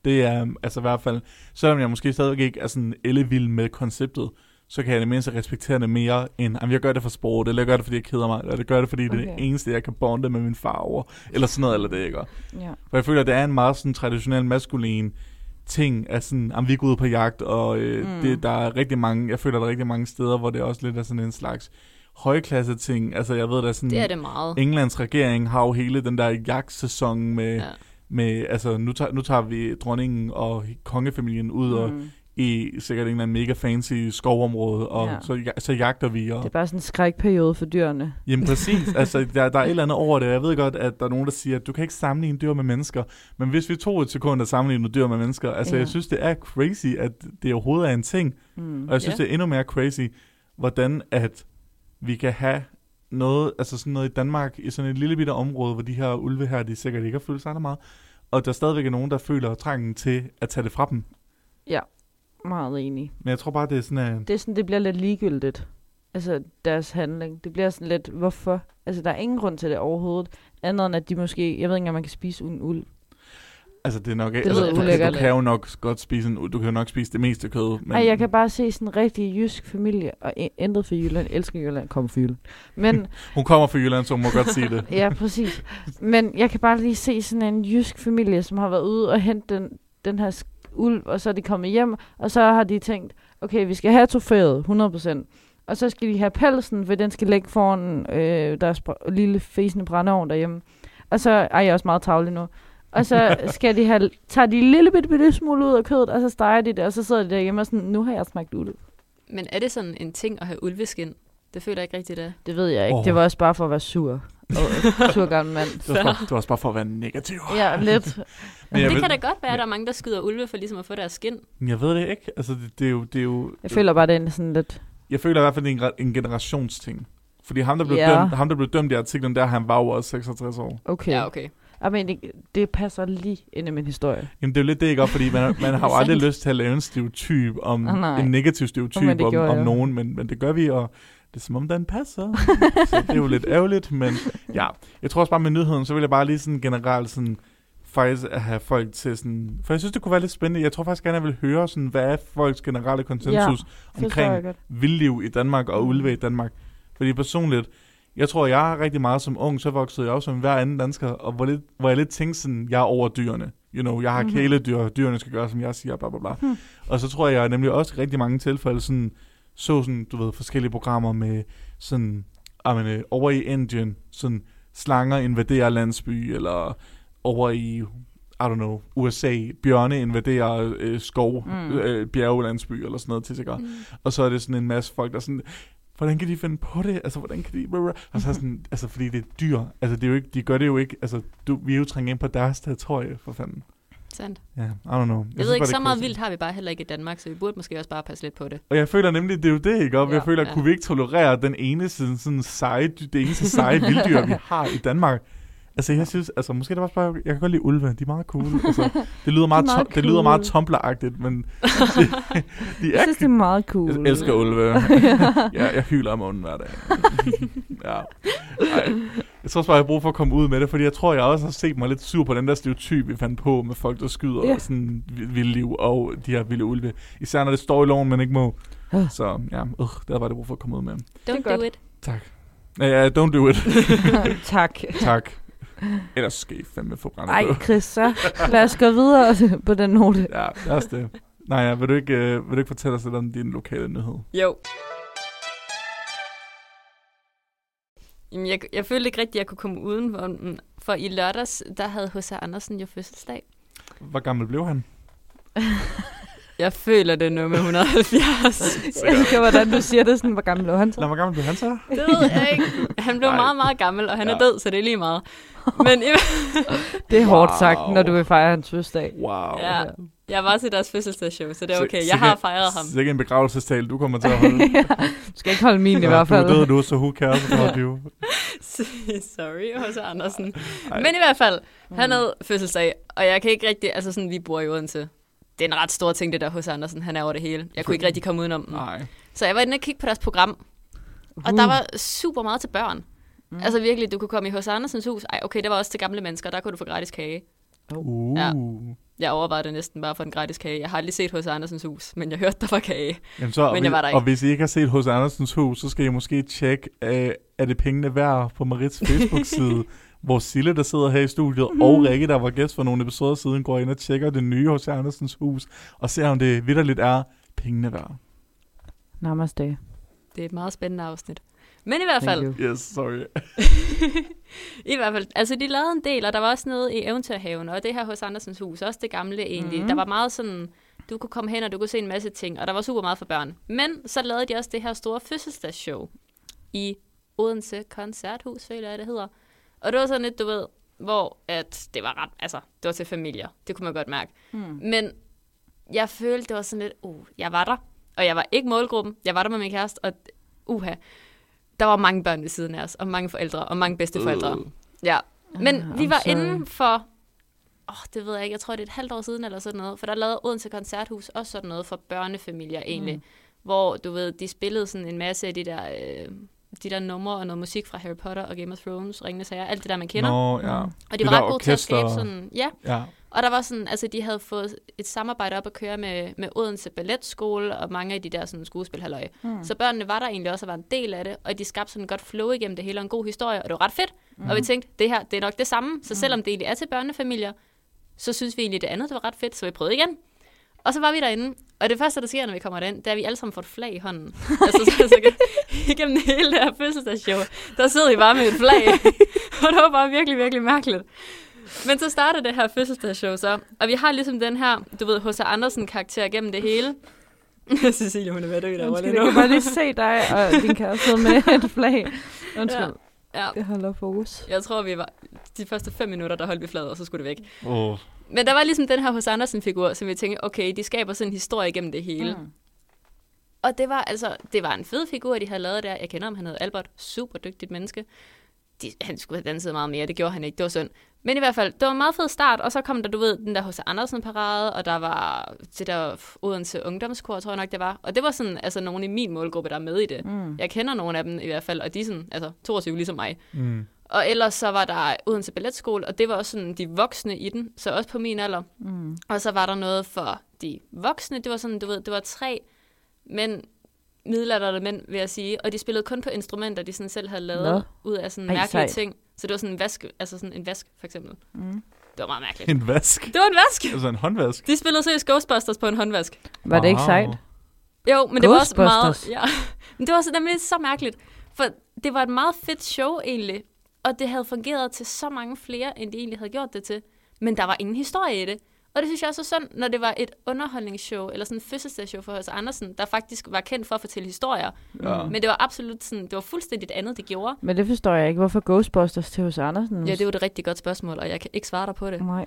S1: det er um, altså i hvert fald, selvom jeg måske stadigvæk ikke er sådan ellevild med konceptet, så kan jeg i det mindste respektere det mere end, jamen jeg gør det for sport, eller jeg gør det, fordi jeg keder mig, eller jeg gør det, fordi okay. det er
S2: Okay.
S1: det eneste, jeg kan bonde med min far over, eller sådan noget, eller det jeg gør.
S2: Mm. Ja.
S1: For jeg føler, at det er en meget sådan, traditionel maskulin ting, at sådan, jamen, vi går ud på jagt, og øh,
S2: Mm.
S1: mm. det, der er rigtig mange, jeg føler, der er rigtig mange steder, hvor det også lidt er sådan en slags højklasse ting. Altså jeg ved, der er sådan,
S3: Det er det meget.
S1: Englands regering har jo hele den der jagtsæson med, ja.
S3: Ja.
S1: med altså nu tager, nu tager vi dronningen og kongefamilien ud mm. og
S2: Mm.
S1: i sikkert en eller anden mega fancy skovområde, og
S2: Ja.
S1: ja. så, ja- så jagter vi. Og,
S2: Det er bare sådan en skrækperiode for dyrene.
S1: [laughs] Jamen [laughs] præcis, altså der, der er et eller andet over det. Jeg ved godt, at der er nogen, der siger, at du kan ikke sammenligne dyr med mennesker. Men hvis vi tog et sekund at sammenligne dyr med mennesker, altså
S2: Ja.
S1: ja. jeg synes, det er crazy, at det overhovedet er en ting.
S2: Mm.
S1: Og jeg synes,
S3: Ja.
S1: det er endnu mere crazy, hvordan at vi kan have noget, altså sådan noget i Danmark, i sådan et lille bitte område, hvor de her ulve her, de sikkert ikke har følt sig så meget. Og der stadigvæk er nogen, der føler trangen til at tage det fra dem.
S2: Meget enig.
S1: Men jeg tror bare, det er sådan, øh, at...
S2: Det, er sådan, det bliver lidt ligegyldigt. Altså deres handling. Det bliver sådan lidt, hvorfor? Altså der er ingen grund til det overhovedet. Andet end at de måske, jeg ved ikke om man kan spise en uld.
S1: Altså, det er nok... Det
S2: lyder
S1: altså, du, kan-
S2: ulækkert.
S1: du, kan jo nok godt spise en, du kan jo nok spise det meste kød. Men,
S2: Nej, jeg kan bare se sådan en rigtig jysk familie, og i- intet for Jylland, Jeg elsker Jylland, kom for Jylland. Men,
S1: Hun kommer fra Jylland, så hun må godt sige
S2: [laughs]
S1: det.
S2: ja, præcis. Men jeg kan bare lige se sådan en jysk familie, som har været ude og hente den, den her sk- ulv, og så er de kommet hjem, og så har de tænkt, okay, vi skal have trofæet, 100%. Og så skal de have pelsen, for den skal ligge foran øh, deres br- lille fæsende brændeovn derhjemme. Og så ej, jeg er også meget tavlig nu. Og så skal de have, tager de en lille bitte, bitte smule ud af kødet, og så steger de det, og så sidder de derhjemme og sådan, nu har jeg smagt ulv.
S3: Men er det sådan en ting at have ulveskin? Det føler jeg ikke rigtigt, det er.
S2: Det ved jeg ikke. Oh.
S1: Åh.
S2: Det var også bare for at være sur. Og [laughs] sur gammel mand.
S1: Det var, bare, det var også bare for at være negativ.
S2: Ja, lidt.
S1: Men jeg,
S3: det
S1: ved,
S3: kan da godt være, at der er mange, der skyder ulve for ligesom at få deres skin.
S1: men jeg ved det ikke. Altså, det, det er jo... Det er jo
S2: Jeg føler bare, det er sådan lidt...
S1: jeg føler i hvert fald, det er en, re- en generationsting. Fordi ham der, blev
S2: Ja.
S1: yeah. dømt, ham, der blev dømt i artiklen der, han var jo også 66 år.
S2: Okay.
S3: Ja,
S2: Ja,
S3: okay.
S2: okay. Men det, det passer lige ind i min historie.
S1: Jamen, det er jo lidt det, ikke? Og Fordi man, man
S2: [laughs]
S1: har jo
S3: Sandt.
S1: aldrig lyst til at lave en stereotyp om...
S2: Ah, nej.
S1: en negativ stereotyp
S2: Åh, men
S1: oh,
S2: det
S1: om,
S2: gjorde
S1: om
S2: jeg.
S1: nogen, men, men det gør vi, og det er som om, den
S2: [laughs]
S1: passer. så det er jo lidt ærgerligt, men ja. Jeg tror også bare med nyheden, så vil jeg bare lige sådan generelt sådan faktisk at have folk til sådan... For jeg synes, det kunne være lidt spændende. Jeg tror faktisk gerne, jeg vil høre sådan, hvad er folks generelle konsensus ja,
S2: Forstår jeg
S1: omkring
S2: godt.
S1: vildliv i Danmark og
S2: Mm.
S1: ulve i Danmark. Fordi personligt, jeg tror, jeg har rigtig meget som ung, så voksede jeg op som hver anden dansker, og hvor, lidt, hvor jeg lidt tænkte sådan, jeg er over dyrene. You know, jeg har
S2: Mhm.
S1: mm-hmm. kæledyr, dyrene skal gøre, som jeg siger, bla bla bla.
S2: Hmm.
S1: Og så tror jeg, jeg nemlig også i rigtig mange tilfælde sådan, så sådan, du ved, forskellige programmer med sådan, I mean, over i Indien, sådan slanger invaderer landsby, eller over i, I don't know, USA, bjørne invaderer øh, skov,
S2: Mm.
S1: mm. øh, bjergelandsby, eller sådan noget til sig. Mm.
S3: Mm.
S1: Og så er det sådan en masse folk, der er sådan, hvordan kan de finde på det? Altså, hvordan kan de... Og så er sådan, altså, fordi det er dyr. Altså, det er jo ikke, de gør det jo ikke. Altså, du, vi er jo trængt ind på deres territorie, for fanden.
S3: Sandt.
S1: Ja, I don't know.
S3: Jeg, jeg ved
S1: synes bare,
S3: ikke,
S1: det
S3: så
S1: er
S3: meget
S1: crazy.
S3: vildt har vi bare heller ikke i Danmark, så vi burde måske også bare passe lidt på det.
S1: Og jeg føler nemlig, det er jo det, ikke? Og
S2: Ja,
S1: jeg føler,
S3: ja.
S1: kunne vi ikke tolerere den ene sådan, sådan seje, dy- det eneste seje vilddyr, vi har i Danmark? Altså, jeg synes, altså, måske er det var bare, jeg kan godt lide ulve, de er meget cool. Altså, det lyder meget,
S2: De er meget
S1: to- det lyder meget
S2: cool.
S1: tumbleragtigt,
S3: [laughs]
S1: men de, de
S2: Jeg
S1: er
S2: synes, det er meget cool.
S1: Jeg elsker [laughs] ulve. ja, jeg hyler om ånden hver dag. [laughs] ja. Ej. Jeg tror også bare, jeg har brug for at komme ud med det, fordi jeg tror, jeg også har set mig lidt sur på den der stereotyp, vi fandt på med folk, der skyder
S2: Ja.
S1: yeah. sådan vi- vildt liv og de her vilde ulve. Især når det står i loven, man ikke må.
S2: Ah.
S1: Så ja, øh, der var det brug for at komme ud med.
S3: Don't
S2: godt.
S3: do it.
S1: Tak. Ja, ja, don't do it.
S2: [laughs] [laughs] tak.
S1: tak. Ellers skal I fandme få brændt
S2: Ej,
S1: på.
S2: Chris, så lad os gå videre på
S1: [laughs]
S2: den note.
S1: Ja, det er også det. Nej, ja, vil, du ikke, øh, vil du ikke fortælle os lidt om din lokale nyhed?
S3: Jo. Jamen, jeg, jeg følte ikke rigtigt, at jeg kunne komme uden for den. For i lørdags, der havde H.C. Andersen jo fødselsdag.
S1: Hvor gammel blev han?
S3: Jeg føler det nu med
S1: [laughs]
S3: 170.
S2: Jeg elsker, hvordan du siger det sådan, hvor gammel lå han
S1: Nå,
S2: så?
S1: hvor gammel blev han så?
S3: Det ved jeg ikke. Han blev
S1: Nej.
S3: Nej. meget, meget gammel, og han ja.
S1: Ja.
S3: er død, så det er lige meget. Men i-
S2: Det er hårdt sagt,
S1: Wow.
S2: når du vil fejre hans fødselsdag. Altså,
S1: Wow.
S3: ja, jeg var til deres fødselsdagsshow, så det er
S1: Så-
S3: okay.
S1: så
S3: Jeg har
S1: kan-
S3: fejret ham. [laughs]
S1: Sikke en begravelsestal, du kommer til at
S2: [laughs]
S1: holde.
S2: Du skal ikke holde min i
S1: Ja,
S2: hvert fald.
S1: Du er død nu, så who cares about you?
S3: Mm. Sorry, H.C. Andersen.
S1: Ej.
S3: Men i hvert fald, han havde fødselsdag, og jeg kan ikke rigtig... Altså sådan, vi bor i Odense. Det er en ret stor ting, det der H.C. Andersen. Han er over det hele. Jeg kunne ikke rigtig komme udenom den.
S1: Nej.
S3: Så jeg var inde og kigge på deres program, og
S2: Uh.
S3: der var super meget til børn. Mm. Altså virkelig, du kunne komme i H.C. Andersens hus. Ej, okay, det var også til gamle mennesker, der kunne du få gratis kage.
S1: Uh.
S3: Ja. Jeg overvejede det næsten bare for en gratis kage. Jeg har aldrig set H.C. Andersens hus, men jeg hørte, der var kage.
S1: Jamen så,
S3: Men jeg var der ikke.
S1: Og hvis I ikke har set hos Andersens hus, så skal I måske tjekke, øh, er det pengene værd på Marits
S3: [laughs]
S1: Facebook-side, hvor Sille, der sidder her i studiet,
S3: Mm.
S1: og Rikke, der var gæst for nogle episoder siden, går ind og tjekker det nye hos Andersens hus, og ser, om det vidderligt er pengene værd.
S2: Namaste.
S3: Det er et meget spændende afsnit. Men i hvert
S2: Thank
S3: fald,
S2: you.
S1: Yes, sorry.
S3: i hvert fald, altså de lavede en del, og der var også noget i Eventyrhaven, og det her hos Andersens hus, også det gamle egentlig.
S2: Mhm.
S3: Mm. Der var meget sådan, du kunne komme hen, og du kunne se en masse ting, og der var super meget for børn. Men så lavede de også det her store fødselsdagsshow i Odense Koncerthus, føler jeg, det hedder. Og det var sådan lidt, du ved, hvor at det var ret, altså, det var til familier. Det kunne man godt mærke.
S2: Mm.
S3: Mm. Men jeg følte, det var sådan lidt, uh, jeg var der. Og jeg var ikke målgruppen. Jeg var der med min kæreste, og uha. Der var mange børn ved siden af os, og mange forældre, og mange bedsteforældre.
S1: Øh.
S3: Ja. Men
S2: Ah,
S3: vi
S2: I'm
S3: var
S2: sorry.
S3: inden for, åh, oh, det ved jeg ikke, jeg tror, det er et halvt år siden eller sådan noget, for der lavede Odense Koncerthus også sådan noget for børnefamilier egentlig, mm. hvor, du ved, de spillede sådan en masse af de der, øh, de der numre og noget musik fra Harry Potter og Game of Thrones, Ringende Sager, alt det der, man kender. Mm.
S1: Nå, ja.
S3: og de
S1: det
S3: var
S1: der
S3: ret gode til at skabe
S1: orkester-
S3: sådan, ja,
S1: ja.
S3: og der var sådan, altså de havde fået et samarbejde op at køre med, med Odense Balletskole og mange af de der sådan skuespilhalløje. Mm. Så børnene var der egentlig også og var en del af det, og de skabte sådan et godt flow igennem det hele og en god historie, og det var ret fedt. Mm. Og vi tænkte, det her, det er nok det samme, så selvom det egentlig er til børnefamilier, så synes vi egentlig det andet, det var ret fedt, så vi prøvede igen. Og så var vi derinde, og det første, der sker, når vi kommer derind, det er, at vi alle sammen får et flag i [laughs] hånden. altså, så, så, igennem hele det her fødselsdagsshow, der sidder I bare med et flag. [laughs] og det var bare virkelig, virkelig mærkeligt. Men så startede det her fødselsdagsshow så, og vi har ligesom den her, du ved, H.C. Andersen-karakter gennem det hele. [laughs] Cecilie, hun er ved at dø derovre
S2: Undskyld,
S3: lige
S2: jeg kan
S3: nu.
S2: bare lige se dig og din kæreste sidde med et
S3: [laughs]
S2: flag. Undskyld,
S3: Ja,
S2: det holder fokus.
S3: jeg tror, vi var de første fem minutter, der holdt vi flad, og så skulle det væk.
S1: Oh.
S3: Men der var ligesom den her hos Andersen-figur, som vi tænkte, okay, de skaber sådan en historie igennem det hele.
S2: Mm.
S3: Mm. Og det var altså, det var en fed figur, de havde lavet der. Jeg kender ham, han hed Albert. Super dygtigt menneske. De, han skulle have danset meget mere, det gjorde han ikke, det var synd. Men i hvert fald, det var en meget fed start, og så kom der, du ved, den der hos Andersen-parade, og der var det der Odense Ungdomskor, tror jeg nok, det var. Og det var sådan, altså nogen i min målgruppe, der er med i det.
S2: Mm.
S3: Jeg kender nogle af dem i hvert fald, og de er sådan, altså 22 ligesom mig.
S1: Mm.
S3: Og ellers så var der Odense Balletskole, og det var også sådan de voksne i den, så også på min alder.
S2: Mm.
S3: Og så var der noget for de voksne, det var sådan, du ved, det var tre mænd, middelalderne mænd, vil jeg sige, og de spillede kun på instrumenter, de sådan selv havde lavet ud af sådan
S2: Ej,
S3: mærkelige
S2: sejt.
S3: ting. Så det var sådan en vask, altså sådan en vask, for eksempel. Mm. Det var meget mærkeligt.
S1: En vask.
S3: Det var en vask!
S2: [laughs]
S1: Altså en håndvask.
S3: De spillede seriøst Ghostbusters på en håndvask.
S2: Var det ikke
S1: Wow.
S2: sejt?
S3: Jo, men det var også meget...
S2: Ghostbusters.
S3: Ja, [laughs] men det var så, nemlig så mærkeligt, for det var et meget fedt show egentlig, og det havde fungeret til så mange flere, end de egentlig havde gjort det til. Men der var ingen historie i det. Og det synes jeg også er synd, når det var et underholdningsshow, eller sådan et fødselsdagsshow for H.C. Andersen, der faktisk var kendt for at fortælle historier.
S1: Ja.
S3: Men det var absolut sådan, det var fuldstændig et andet, de gjorde.
S2: Men det forstår jeg ikke. Hvorfor Ghostbusters til hos Andersen?
S3: Ja, det var et rigtig godt spørgsmål, og jeg kan ikke svare dig på det.
S2: Nej.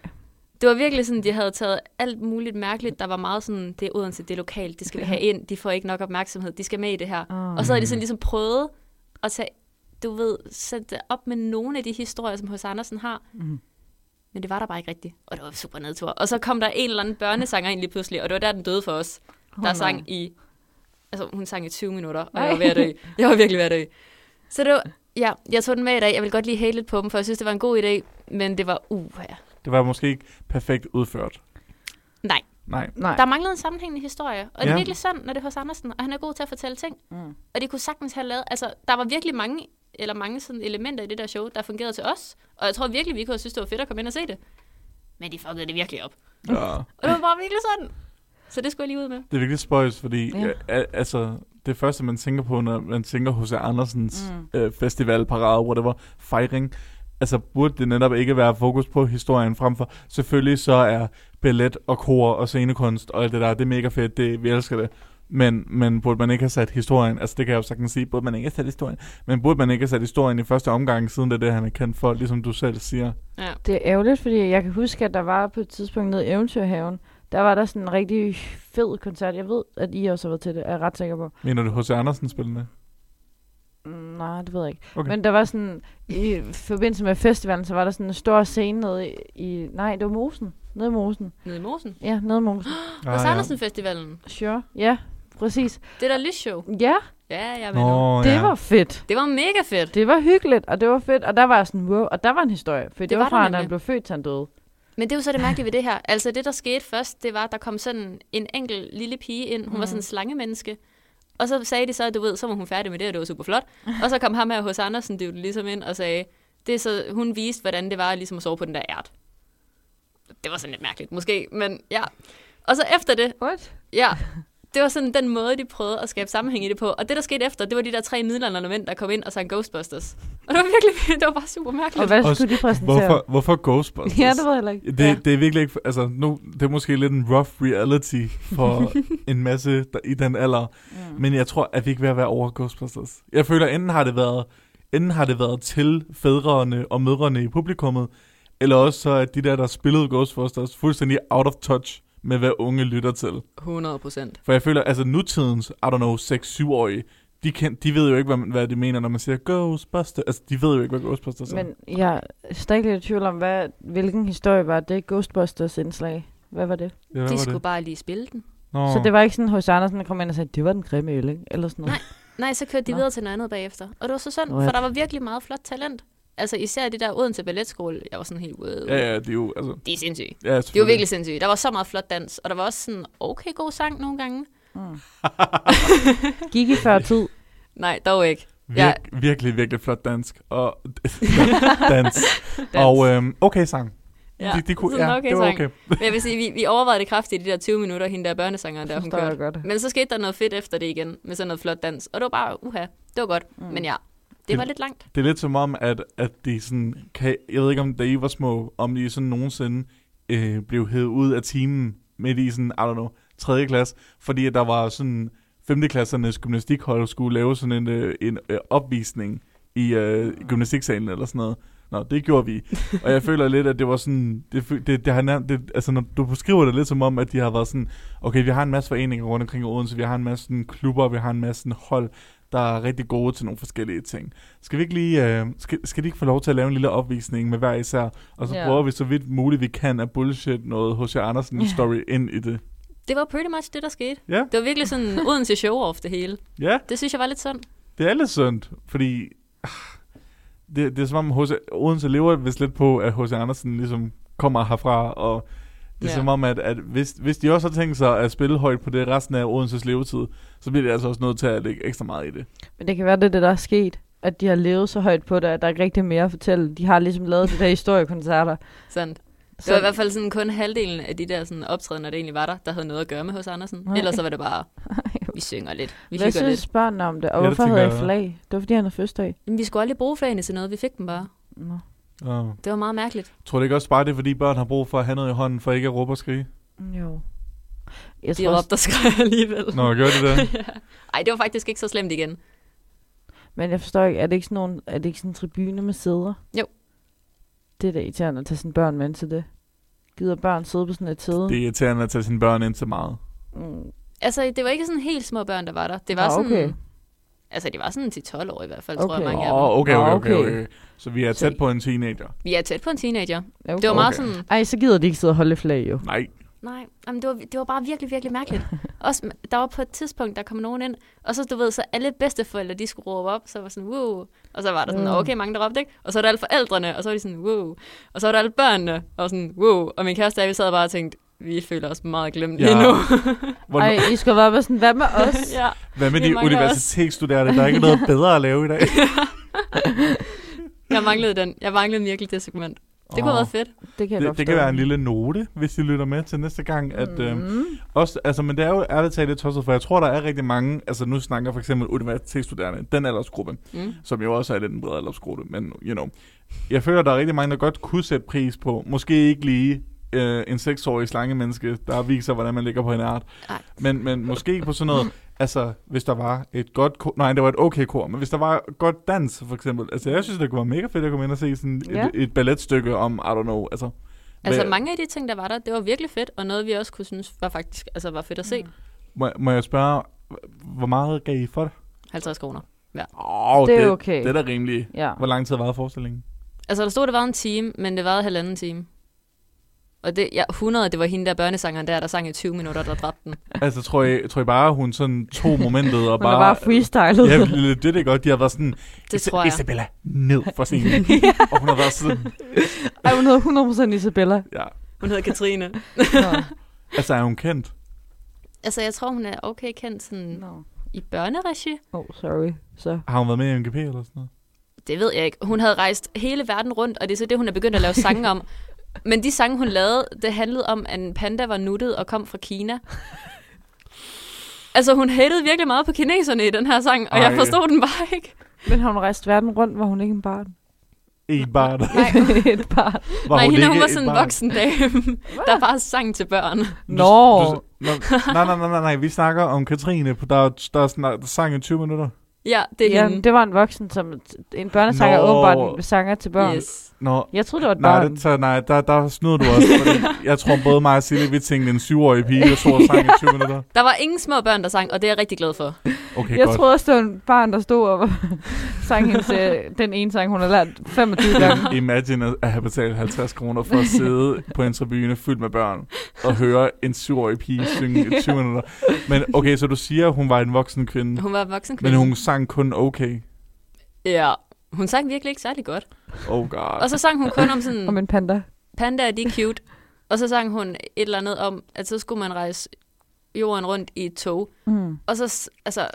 S3: Det var virkelig sådan, de havde taget alt muligt mærkeligt. Der var meget sådan, det er Odense, det er lokalt, det skal vi have ind, de får ikke nok opmærksomhed, de skal med i det her.
S2: Ah.
S3: Og så har de sådan ligesom prøvet at tage, du ved, sætte det op med nogle af de historier, som hos Andersen har.
S2: Mm.
S3: Men det var der bare ikke rigtigt, og det var super nedtur. Og så kom der en eller anden børnesanger ind lige pludselig, og det var der, den døde for os.
S2: Åh,
S3: Der
S2: nej.
S3: sang i, altså hun sang i 20 minutter, og
S2: Ej.
S3: jeg var ved at dø. Jeg var virkelig ved at dø. Så det var, ja, jeg tog den med i dag. Jeg vil godt lige hate lidt på dem, for jeg synes, det var en god idé, men det var uh, uha.
S1: Det var måske ikke perfekt udført.
S3: Nej.
S1: Nej.
S2: Nej.
S3: Der manglede en sammenhængende historie, og det
S1: Ja.
S3: er virkelig synd, når det er hos Andersen, og han er god til at fortælle ting.
S2: Mm.
S3: Og de kunne sagtens have lavet, altså der var virkelig mange eller mange sådan elementer i det der show, der fungerede til os. Og jeg tror virkelig, vi kunne have synes, det var fedt at komme ind og se det. Men de fuckede det virkelig op.
S1: Ja.
S3: Og det var bare virkelig sådan. Så det skulle jeg lige ud med.
S1: Det er virkelig spøjs, fordi
S2: Ja.
S1: ja. øh, altså, det første, man tænker på, når man tænker hos Andersens mm.
S2: Mm.
S1: øh, festival, parade, whatever, fejring, altså burde det netop ikke være fokus på historien frem for, selvfølgelig så er ballet og kor og scenekunst og alt det der, det er mega fedt, det, vi elsker det. Men, men burde man ikke have sat historien, altså det kan jeg jo sagtens sige, burde man ikke have sat historien, men burde man ikke have sat historien i første omgang, siden det er det, han er kendt for, ligesom du selv siger.
S3: Ja.
S2: Det er ærgerligt, fordi jeg kan huske, at der var på et tidspunkt nede i Eventyrhaven, der var der sådan en rigtig fed koncert. Jeg ved, at I også har været til det, er jeg ret sikker på.
S1: Mener du hos Andersen spillende?
S2: Mm, Nej, det ved jeg ikke. Okay.
S1: Okay.
S2: Men der var sådan, i forbindelse med festivalen, så var der sådan en stor scene nede i, i nej, det var Mosen. Nede i Mosen.
S3: Nede i Mosen.
S2: Ja, nede i Mosen.
S3: Hos ah, Andersen-festivalen.
S2: Sure. Ja, præcis.
S3: Det der lysshow.
S2: Ja,
S3: Ja, jeg er med nu.
S1: Nå,
S2: det
S1: ja.
S2: var fedt.
S3: Det var mega fedt.
S2: Det var hyggeligt, og det var fedt, og der var jeg sådan, wow, og der var en historie, for det, det
S3: Det
S2: var,
S3: var der
S2: fra, da
S3: nemlig.
S2: han blev født, til han døde.
S3: Men det er jo så det mærkelige ved det her. Altså det, der skete først, det var, at der kom sådan en enkelt lille pige ind. Hun mm. var sådan en slangemenneske. Og så sagde de så, at du ved, så var hun færdig med det, og det var super flot. Og så kom ham her hos Andersen, det jo ligesom ind og sagde, det er så, hun viste, hvordan det var ligesom at sove på den der ært. Det var sådan lidt mærkeligt, måske, men ja. Og så efter det,
S2: What?
S3: ja, det var sådan den måde, de prøvede at skabe sammenhæng i det på. Og det, der skete efter, det var de der tre midlerne mænd, der kom ind og sang Ghostbusters. Og det var virkelig, [laughs] det var bare super
S2: Og
S3: mærkeligt.
S2: hvad
S1: Også-
S2: skulle de præsentere?
S1: Hvorfor, hvorfor Ghostbusters?
S2: Ja, det ved jeg heller ikke.
S1: Det,
S2: ja.
S1: [laughs] ja. det er virkelig ikke, altså nu, det er måske lidt en rough reality for en masse der, i den alder,
S2: Mm.
S1: men jeg tror, at vi ikke er ved at være over Ghostbusters. Jeg føler, enten har det været, enten har det været til fædrene og mødrene i publikummet, eller også så er de der, der spillede Ghostbusters, fuldstændig out of touch med, hvad unge lytter til.
S3: 100 procent.
S1: For jeg føler, altså nutidens, I don't know, 6-7-årige, de, kan, de ved jo ikke, hvad, man- hvad de mener, når man siger Ghostbusters. Altså, de ved jo ikke, hvad Ghostbusters er.
S2: Men jeg er stadig lidt i tvivl om, hvad, hvilken historie var det Ghostbusters indslag? Hvad var det?
S1: ja, hvad var
S3: De
S1: det?
S3: skulle bare lige spille den.
S1: Nå.
S2: Så det var ikke sådan, hos Andersen der kom ind og sagde, det var den grimme øl, ikke? Eller sådan noget.
S3: Nej, så kørte de
S2: Nå.
S3: videre til noget andet bagefter. Og det var så synd,
S2: What?
S3: for der var virkelig meget flot talent. Altså især det der Odense Balletskole, jeg var sådan helt, wow,
S1: Ja, ja, det er jo, altså...
S3: de er sindssyge.
S1: Ja,
S3: De var virkelig sindssyge. Der var så meget flot dans, og der var også sådan okay god sang nogle gange.
S2: Mm. Gik i før tid.
S3: [laughs] Nej, dog ikke.
S1: [laughs]
S3: Ja.
S1: Virk, ja. Virkelig, virkelig flot dansk.
S3: [laughs]
S1: Og [laughs] dans. Og øhm, okay sang.
S3: Ja,
S1: de, de kunne,
S3: sådan
S1: ja,
S3: okay
S1: det var
S3: sang.
S1: okay.
S3: Men jeg vil sige, vi, vi overvejede det kraftigt i de der 20 minutter, hende der børnesangeren, der hun
S2: forstår jeg
S3: kørte.
S2: godt.
S3: Men så skete der noget fedt efter det igen, med sådan noget flot dans. Og det var bare, uha, det var godt. Mm. Men ja, det
S1: Det-
S3: var lidt langt.
S1: Det er lidt som om, at, at de sådan... Kan, jeg ved ikke, om da I var små, om de sådan nogensinde øh, blev hævet ud af timen midt i sådan, I don't know, 3. klasse, fordi at der var sådan... 5. klassernes gymnastikhold skulle lave sådan en, øh, en øh, opvisning i øh, gymnastiksalen eller sådan noget. Nå, det gjorde vi. Og jeg føler lidt, at det var sådan... Det, fø- det, det, har nær- det, altså, når du beskriver det lidt som om, at de har været sådan... Okay, vi har en masse foreninger rundt omkring i Odense. Vi har en masse sådan, klubber, vi har en masse sådan, hold, der er rigtig gode til nogle forskellige ting. Skal vi ikke lige... Øh, skal, skal de ikke få lov til at lave en lille opvisning med hver især? Og så
S2: Ja.
S1: yeah. prøver vi så vidt muligt, vi kan at bullshit noget H.C. Andersen story ind i det.
S3: Det var pretty much det, der skete.
S1: Ja,
S3: Det var virkelig sådan Odense show-off det hele.
S1: ja.
S3: Det synes jeg var lidt synd.
S1: Det er lidt sundt, fordi ah, det, det er som om H.C. Odense lever vist lidt på, at H.C. Andersen ligesom kommer herfra, og det er
S3: Ja.
S1: ja. som om, at, at hvis, hvis de også har tænkt sig at spille højt på det resten af Odenses levetid, så bliver det altså også nødt til at lægge ekstra meget i det.
S2: Men det kan være, det er det, der er sket. At de har levet så højt på det, at der er ikke rigtig mere at fortælle. De har ligesom lavet de der historiekoncerter.
S3: Sandt. Det
S2: Så-
S3: var i hvert fald sådan kun halvdelen af de der sådan optrædener, der egentlig var der, der havde noget at gøre med hos Andersen.
S2: Nej.
S3: Ellers så var det [laughs] bare, vi synger lidt, vi
S2: Hvad
S3: hygger
S2: synes
S3: lidt.
S2: børnene om det? Og
S1: Ja, det
S2: hvorfor
S1: tænker
S2: havde jeg
S1: jeg.
S2: flag? Det var fordi, han havde fødselsdag.
S3: Men vi skulle aldrig bruge flagene til noget, vi fik dem bare.
S2: Nå.
S1: Og
S3: Det var meget mærkeligt.
S1: tror du ikke også bare, det er fordi børn har brug for at have noget i hånden, for ikke at råbe og skrige?
S2: Jo. Jeg
S3: De
S2: tror også,
S3: råbte og skreg alligevel.
S1: Nå, gør
S3: [laughs]
S1: det det?
S3: Ej, det var faktisk ikke så slemt igen.
S2: men jeg forstår ikke, er det ikke sådan, nogle, er det ikke sådan en tribune med sæder?
S3: Jo.
S2: Det er da irriterende at tage sine børn med ind til det. Gider børn sidde på sådan et sæde?
S1: Det er irriterende at tage sine børn ind så meget.
S2: Mm.
S3: Altså, det var ikke sådan helt små børn, der var der. Det var
S2: Nå,
S3: sådan...
S2: okay.
S3: Altså, det var sådan til 12 år i hvert fald, okay. tror
S2: Okay.
S3: jeg, mange af
S1: Åh,
S3: dem.
S1: okay,
S2: Nå,
S1: okay, okay,
S2: okay.
S1: okay. Så vi er
S3: Så-
S1: tæt på en teenager.
S3: Vi er tæt på en teenager.
S2: Ja, Okay.
S3: Det var meget
S1: Okay.
S3: sådan...
S2: Ej, så gider de ikke sidde og holde i flag, jo.
S1: Nej,
S3: Nej, jamen, det, var, det var bare virkelig, virkelig mærkeligt. Også, der var på et tidspunkt, der kom nogen ind, og så, du ved, så alle bedsteforældre, de skulle råbe op, så var sådan, wow. Og så var der sådan,
S2: Mm.
S3: okay, mange der råbte, ikke? Og så var der alle forældrene, og så var de sådan, wow. Og så var der alle børnene, og sådan, wow. Og min kæreste, og jeg, vi sad bare og tænkte, vi føler os meget glemt
S1: Ja. [laughs]
S3: lige nu.
S1: Hvornår-
S2: Ej, I skulle være sådan, hvad med os?
S3: [laughs] ja.
S1: Hvad med
S3: Vi
S1: de
S3: mangler også-
S1: universitetsstuderende? Der er ikke noget bedre at lave i dag.
S3: Jeg manglede den. Jeg manglede virkelig det segment. [laughs] Det kunne
S1: Åh.
S3: have været fedt.
S2: Det kan jeg
S1: Det,
S2: godt
S1: det kan være en lille note, hvis I lytter med til næste gang. At, mm. øh,
S2: Mm.
S1: også, altså, men det er jo ærligt talt lidt tosset, for jeg tror, der er rigtig mange... Altså nu snakker jeg for eksempel universitetsstuderende, den aldersgruppe,
S3: Mm.
S1: som jo også er lidt en bred aldersgruppe, men you know. Jeg føler, der er rigtig mange, der godt kunne sætte pris på, måske ikke lige øh, en seksårig slange menneske, der viser, hvordan man ligger på en art.
S3: Ej.
S1: Men, men måske på sådan noget, altså hvis der var et godt kor, nej, det var et okay kor, men hvis der var godt dans, for eksempel. Altså jeg synes, det kunne være mega fedt at komme ind og se sådan
S2: Ja.
S1: et, et balletstykke om, I don't know, altså.
S3: Altså
S1: hvad-
S3: mange af de ting, der var der, det var virkelig fedt, og noget vi også kunne synes var faktisk altså, var fedt at se.
S1: Må, må jeg spørge, hvor meget gav I for det?
S3: 50 kroner.
S1: Oh,
S2: Det er okay.
S1: Det er da rimeligt.
S2: Ja.
S1: Hvor lang tid varede forestillingen?
S3: Altså der stod, det var en time, men det varede halvanden time. Og det, ja, 100, det var hende der børnesangeren der, der sang i 20 minutter, der dræbte den.
S1: altså, tror I, tror I bare, hun sådan tog momentet og
S2: Hun bare, er bare freestylet.
S1: Ja,
S2: [laughs]
S1: det er det godt. De har været sådan,
S3: Det
S1: "Isa-
S3: tror jeg.
S1: Isabella, ned for
S2: [laughs]
S1: scenen. og hun har været sådan,
S2: Ej, hun hedder 100%
S3: [laughs]
S2: Isabella.
S1: ja.
S3: Hun hedder Katrine.
S2: Nå.
S1: Altså, er hun kendt?
S3: altså jeg tror, hun er okay kendt sådan
S2: Nå.
S3: i børneregi.
S2: Oh, sorry. Så.
S1: Har hun været med i MGP eller sådan noget?
S3: Det ved jeg ikke. Hun havde rejst hele verden rundt, og det er så det, hun er begyndt at lave sange om. Men de sange, hun lavede, det handlede om, at en panda var nuttet og kom fra Kina. Altså, hun hated virkelig meget på kineserne i den her sang, og Ej.
S1: Ej.
S3: jeg forstod den bare ikke.
S2: Men har hun rejst verden rundt, var hun ikke en barn?
S1: Ikke bare der.
S3: Nej,
S2: [laughs] et barn.
S1: [laughs] Var
S3: Nej
S1: hun
S3: hende,
S1: ikke
S3: hun var
S1: et
S3: sådan en
S1: barn?
S3: voksen dame, der bare sang til børn.
S1: Du-
S2: Nå.
S1: du- nå, Nej, nej, nej, nej, nej, vi snakker om Katrine, på- der, der, der, der sang i 20 minutter.
S3: Ja, det er
S2: ja,
S3: hende.
S2: det var en voksen, som en børnesanger
S1: Nå.
S2: åbenbart en sanger til børn. Yes.
S3: Yes.
S1: Nå,
S2: Jeg troede, det var et
S1: nej,
S2: barn.
S1: det, så, nej der, der snyder du også.
S2: [laughs]
S1: fordi jeg tror både mig og Silje, vi tænkte en syvårig pige, der stod og sang i 20 minutter.
S3: Der var ingen små børn, der sang, og det er jeg rigtig glad for.
S1: Okay,
S2: jeg
S1: godt.
S2: troede også, det var en barn, der stod og [laughs] sang hendes, øh, den ene sang, hun har lært 25 gange.
S1: Imagine at- at have betalt 50 kroner for at sidde på en tribune fyldt med børn og høre en syvårig pige synge i 20 minutter. Men okay, så du siger, at hun var en voksen kvinde,
S3: Hun var en voksen kvinde.
S1: men hun sang kun okay.
S3: Ja, hun sang virkelig ikke særlig godt.
S1: Oh god.
S3: Og så sang hun kun om sådan...
S2: [laughs] Om en panda.
S3: pandaer, de er cute. Og så sang hun et eller andet om, at så skulle man rejse jorden rundt i et tog.
S2: Mm.
S3: Og så, s- altså,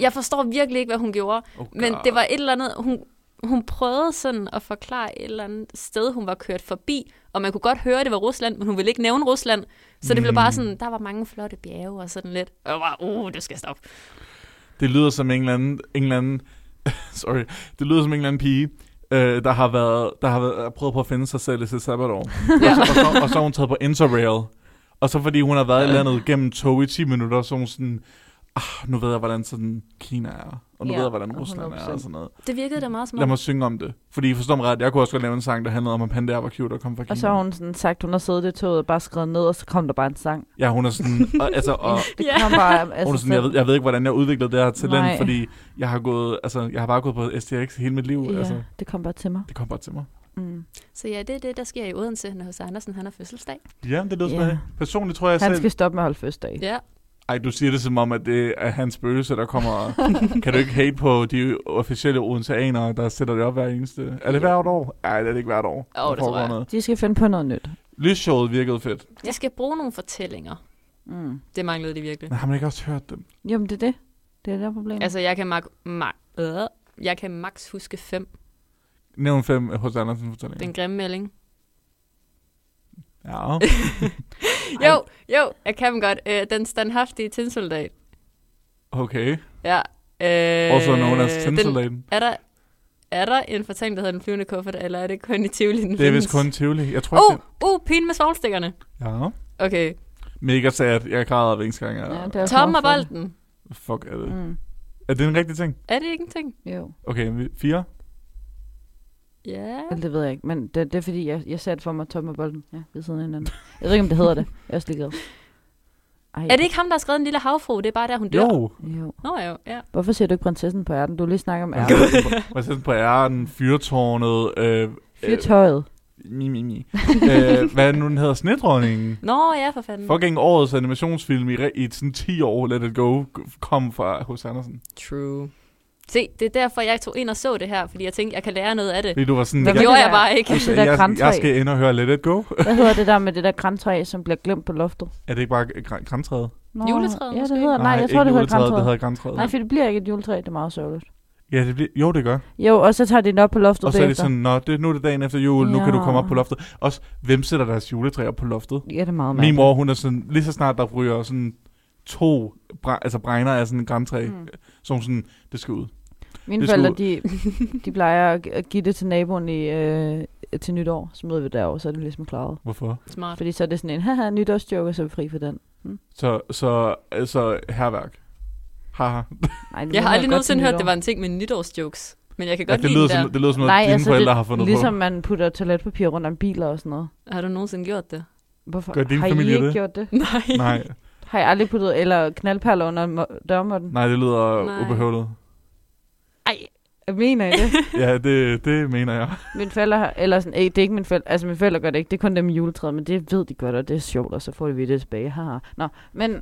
S3: jeg forstår virkelig ikke, hvad hun gjorde,
S1: Oh god.
S3: men det var et eller andet, hun, hun prøvede sådan at forklare et eller andet sted, hun var kørt forbi, og man kunne godt høre, at det var Rusland, men hun ville ikke nævne Rusland, så det
S1: Mm.
S3: blev bare sådan, der var mange flotte bjerge og sådan lidt. Og jeg var, uh, det skal stoppe.
S1: Det lyder som en eller anden... En eller anden [laughs] sorry. Det lyder som en eller anden pige, øh, der har været, der har været, prøvet på at finde sig selv i sit
S2: [laughs]
S1: sabbatår.
S3: Ja.
S1: og, så, og så er hun taget på Interrail. Og så fordi hun har været i landet gennem tog i 10 minutter, så er hun sådan, ah, nu ved jeg, hvordan sådan Kina er, og nu
S2: Ja,
S1: ved jeg, hvordan Rusland er,
S2: 100%.
S1: og sådan noget.
S3: Det virkede da meget
S1: Lad
S3: smart.
S1: mig synge om det. Fordi I forstår mig ret, jeg kunne også godt lave en sang, der handlede om, at pandaer var cute og kom fra Kina.
S2: Og så har hun sådan sagt, hun har siddet i toget og bare skrevet ned, og så kom der bare en sang.
S1: Ja, hun er sådan, og,
S2: [laughs]
S1: altså, og,
S2: Det
S3: Ja.
S2: kom bare... Altså,
S1: hun er sådan, jeg ved, jeg ved ikke, hvordan jeg udviklede det her talent,
S2: Nej.
S1: fordi jeg har, gået, altså, jeg har bare gået på STX hele mit liv.
S2: ja,
S1: Ja. Altså,
S2: det kom bare til mig.
S1: det kom bare til mig.
S2: Mm.
S3: Så ja, det er det, der sker i Odense, når hos Andersen han har fødselsdag.
S1: Ja, det lyder
S2: Ja.
S1: yeah. Personligt tror jeg
S2: Han
S1: selv...
S2: skal stoppe med at holde fødselsdag.
S3: Ja.
S1: Ej, du siger det som om, at det er hans spøgelse, der
S3: [laughs]
S1: kommer. kan du ikke hate på de officielle odenseanere, der sætter det op hver eneste... Er det hvert år? Nej, det er det ikke hvert år.
S3: Jo,
S1: Der
S3: det tror
S1: foregår
S3: jeg.
S1: noget.
S2: De skal finde på noget nyt.
S1: Lysshowet virkede fedt.
S3: De skal bruge nogle fortællinger.
S2: Mm.
S3: Det manglede de virkelig.
S1: Men har man ikke også hørt dem?
S2: Jamen, det er det. Det er der problemet.
S3: Altså, jeg kan, mak- ma- øh, jeg kan max huske fem.
S1: Nævn fem hos Andersen fortællinger.
S3: Den grimme melding.
S1: Ja.
S3: Jo, jo, jeg kan dem godt. Øh, den standhaftige tinsoldat.
S1: Okay.
S3: Ja. Øh,
S1: Også known as
S3: den-
S1: Tinsoldaten.
S3: Er der, er der en fortælling, der hedder Den flyvende kuffert, eller er det kun i Tivoli, den
S1: Det er vist
S3: findes?
S1: kun Tivoli. Jeg tror
S3: Uh,
S1: ikke,
S3: uh, pigen med svovlstikkerne.
S1: det- Ja.
S3: Okay.
S1: Mega sad. Jeg græder hver eneste gang. Jeg...
S2: Ja, det er også
S3: Tom og
S2: meget fedt.
S3: bolden.
S1: Fuck, er det.
S2: Mm.
S1: Er det en rigtig ting?
S3: Er det ikke en ting?
S2: Jo,
S1: Okay, vi- fire.
S3: Ja.
S2: Eller det ved jeg ikke, men det, det er fordi, jeg, jeg satte for mig Tom og bolden ja, ved siden af hinanden. Jeg ved ikke, om det hedder det. Jeg er også ligeglad. Ej.
S3: Er det ikke ham, der har skrevet en lille havfru? Det er bare der, hun dør.
S1: Jo.
S2: Jo.
S3: Nå jo, ja.
S2: Hvorfor siger du ikke prinsessen på ærten? Du har lige snakket om
S1: Man
S2: ærten.
S1: sætter den
S2: [laughs]
S1: på- man sætter den på ærten, fyrtårnet, øh,
S2: Fyr
S1: [laughs]
S2: tøjet.
S1: Mi, mi,
S2: [laughs]
S1: mi. øh, hvad er det nu, den hedder? Snedronningen.
S2: Mm.
S3: Nå ja, for fanden.
S1: Fucking årets animationsfilm i, re- i sådan 10 år, Let It Go, g- kom fra hos Andersen.
S3: True. Se, det er derfor, jeg tog ind og så det her, fordi jeg tænkte, jeg kan lære noget af det.
S1: Fordi du var sådan,
S2: Hvad
S3: Det
S1: jeg,
S3: gjorde jeg
S2: der-
S3: bare ikke.
S2: Altså, det
S1: jeg,
S2: der
S1: jeg,
S2: krantræ.
S1: jeg skal ind og høre Let It Go.
S2: Hvad hedder det der med det der krantræ, som bliver glemt på loftet?
S1: er det ikke bare gr- grantræet?
S2: Nå,
S3: Juletræet
S2: ja, det
S3: måske?
S2: hedder, nej, jeg tror,
S1: ikke
S2: det hedder
S1: juletræet, det
S2: krantræet.
S1: hedder grantræet.
S2: Nej, for det bliver ikke et juletræ, det er meget sørgeligt.
S1: Ja, det bliver, jo, det gør.
S2: Jo, og så tager de den op på loftet
S1: Og så er det
S2: bagefter.
S1: sådan, nå, det, nu er det dagen efter jul, nu kan du komme
S2: Ja.
S1: op på loftet. Også, hvem sætter deres juletræer på loftet?
S2: Ja, det er meget
S1: Min
S2: mærkeligt.
S1: mor, hun er sådan, lige så snart der ryger sådan to bre, altså bregner af sådan en grantræ,
S2: Mm.
S1: mm. som sådan, det skal ud.
S2: Mine
S1: Det
S2: forældre, de, de plejer at gi- at give det til naboen i, øh, til nytår. Så møder vi derovre, så er det ligesom klaret.
S1: Hvorfor?
S3: Smart.
S2: Fordi så er det sådan en, haha, nytårsjoke, og så er vi fri for den.
S1: Så, så, altså, herværk. Haha.
S2: Nej, det
S3: Jeg
S2: må
S3: har aldrig
S2: godt
S3: nogensinde
S2: til
S3: hørt,
S2: nytår.
S3: det var en ting med nytårsjokes. Men jeg kan
S1: Ja,
S3: godt
S1: det,
S3: lide
S1: lyder
S3: den
S1: som,
S3: der.
S1: det lyder som noget,
S2: Nej,
S1: dine
S2: altså,
S1: forældre
S2: det,
S1: har fundet
S2: ligesom
S1: på.
S2: man putter toiletpapir rundt om biler og sådan noget.
S3: Har du nogensinde gjort det?
S2: Hvorfor
S1: Gør din
S2: har
S1: familie
S2: I ikke
S1: det?
S2: gjort det?
S3: [laughs] Nej.
S1: Nej,
S2: Har I aldrig puttet, eller knaldperler under mo- dørmåtten?
S1: nej, det lyder
S3: Nej.
S1: Nej. ubehøvlet.
S3: Ej,
S2: Mener I det?
S1: Ja, det, det mener jeg.
S2: Mine forældre har, eller sådan, ikke, det er ikke mine forældre, altså mine forældre gør det ikke, det er kun dem i juletræet, men det ved de godt, og det er sjovt, og så får de vi det tilbage, haha. Nå, men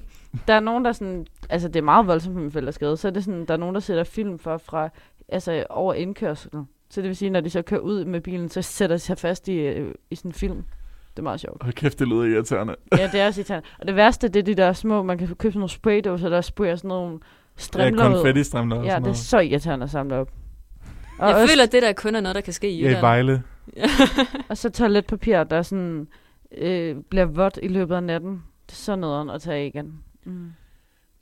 S2: der er nogen, der sådan, altså det er meget voldsomt, for mine forældre skade, så er det sådan, der er nogen, der sætter film for fra, altså over indkørselen. Så det vil sige, når de så kører ud med bilen, så sætter de sig fast i, øh, i sådan en film. Det er meget sjovt.
S1: Hold kæft, det lyder irriterende.
S2: Ja, det er også irriterende. Og det værste, det er de der små, man kan købe sådan nogle spraydåser, der sprayer sådan nogle
S1: Ja,
S2: strimler ud.
S1: konfetti strimler og
S2: Ja,
S1: sådan
S2: det er
S1: noget.
S2: så irriterende at samle op. Og,
S3: jeg
S2: også,
S3: føler, at det der kun er noget, der kan ske i
S1: Ja, i
S3: Jylland.
S1: Vejle.
S2: og så toiletpapir, der sådan, øh, bliver vådt i løbet af natten. Det er sådan noget at tage igen. Mm.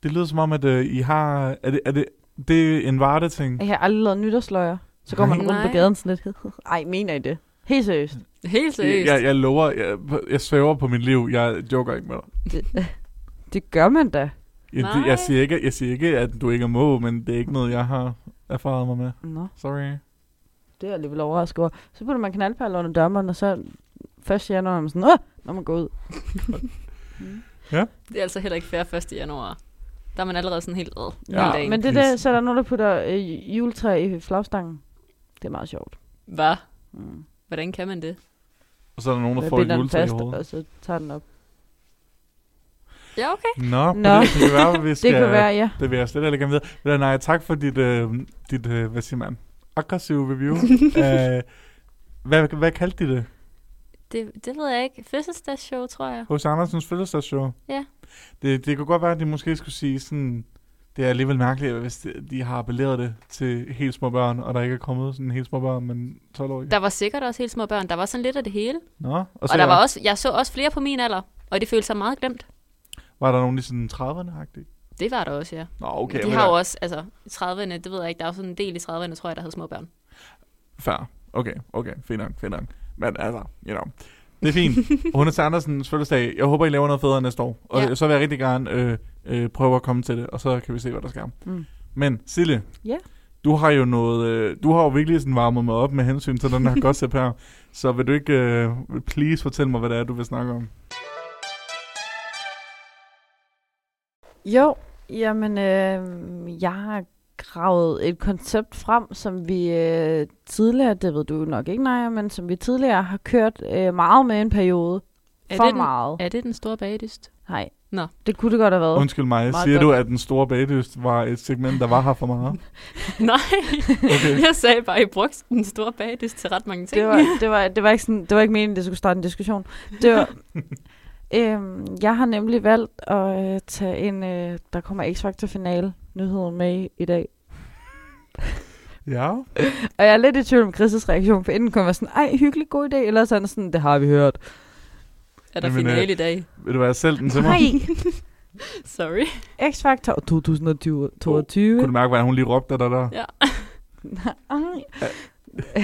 S1: Det lyder som om, at øh, I har... Er det, er det, det er en varde-ting.
S2: Jeg har aldrig lavet nytårsløjer. Så går man
S1: Nej.
S2: rundt på
S3: Nej.
S2: gaden sådan lidt. [laughs] Ej, mener I det? Helt seriøst.
S3: [laughs] Helt
S1: Jeg,
S3: seriøst.
S1: jeg, jeg lover, jeg, jeg svæver på mit liv. Jeg joker ikke med dig.
S2: Det gør man da.
S1: Jeg,
S3: Nej.
S1: det, jeg, siger ikke, jeg siger ikke, at du ikke må, men det er ikke noget, jeg har erfaret mig med.
S2: Nå,
S1: Sorry.
S2: det er jeg alligevel overrasket over. Så putter man knaldperler under dømmeren, og så 1. januar er man sådan, åh, når man går ud.
S3: Det er altså heller ikke fair 1. januar. Der er man allerede sådan helt ad.
S1: Ja,
S3: Ja,
S2: Men
S3: men...
S2: det
S1: Pis.
S2: der, så er der nogen, der putter øh, juletræ i flagstangen. Det er meget sjovt.
S3: Hvad?
S2: Mm.
S3: Hvordan kan man det?
S1: Og så er der nogen, der
S2: Jeg
S1: får et
S2: binder den
S1: juletræ i
S2: fast,
S1: hovedet.
S2: og så tager den op.
S3: Ja, okay.
S1: Nå,
S2: Nå.
S1: Nå. det kan være, vi
S2: Det
S1: skal...
S2: kan være, ja.
S1: Det vil jeg slet ikke gerne videre. Men nej, tak for dit, øh, dit øh, hvad siger man, aggressive review. Æh, hvad, hvad kaldte de det?
S3: Det, det ved jeg ikke. Fødselsdagsshow, tror jeg.
S1: Hos Andersens fødselsdagsshow?
S3: Ja.
S1: Det, det kunne godt være, at de måske skulle sige sådan, det er alligevel mærkeligt, hvis de, de har appelleret det til helt små børn, og der ikke er kommet sådan helt små børn, men 12-årige.
S3: Der var sikkert også helt små børn. Der var sådan lidt af det hele.
S1: Nå, og,
S3: Og,
S1: så
S3: og der
S1: var,
S3: var også, jeg så også flere på min alder, og det følte sig meget glemt.
S1: var der nogen i sådan 30'erne-agtigt?
S3: Det var der også, ja.
S1: Nå, okay.
S3: de
S1: men
S3: har
S1: der-
S3: jo også, altså i 30'erne, det ved jeg ikke, der er jo sådan en del i 30'erne, tror jeg, der havde små børn.
S1: Fair. Okay, okay. Fint nok, fint nok. Men altså, you know. Det er
S3: [laughs]
S1: fint. Hun er til Andersens fødselsdag. Jeg håber, I laver noget federe næste år. Og
S3: Ja.
S1: ja. så vil jeg rigtig gerne øh, øh, prøve at komme til det, og så kan vi se, hvad der sker.
S2: Mm.
S1: Men Sille,
S2: Ja.
S1: du har jo noget, øh, du har jo virkelig sådan varmet mig op med hensyn til den
S3: [laughs]
S1: her gossip her. Så vil du ikke øh, please fortælle mig, hvad det er, du vil snakke om?
S2: Jo, jamen, øh, jeg har gravet et koncept frem, som vi øh, tidligere, det ved du nok ikke, nej, men som vi tidligere har kørt øh, meget med en periode.
S3: Er
S2: For
S3: det den-
S2: meget.
S3: Er det den store bagdyst?
S2: Nej.
S3: Nå.
S2: Det kunne det godt have været.
S1: Undskyld mig,
S2: meget
S1: siger
S2: godt.
S1: du, at den store bagdyst var et segment, der var her for meget?
S3: [laughs] Nej,
S1: Okay.
S3: [laughs] jeg sagde bare, at I brugte den store bagdyst til ret mange ting.
S2: det, var, det, var, det, var ikke sådan, det var ikke meningen, det skulle starte en diskussion. Det var, øhm, jeg har nemlig valgt at øh, tage en, øh, der kommer X-Factor-finale nyheden med i, i dag.
S1: Ja.
S2: Og jeg er lidt i tvivl om Chris' reaktion, for enten kommer jeg sådan, ej, hyggelig god idé, eller sådan sådan, det har vi hørt.
S3: Er der
S1: Jamen, øh,
S3: finale i dag?
S1: Vil du være selv den til mig?
S2: Nej,
S3: Sorry.
S2: X-Factor 2022. [laughs]
S1: Kunne du mærke, hvordan hun lige råbte dig der?
S3: Ja.
S2: Ej.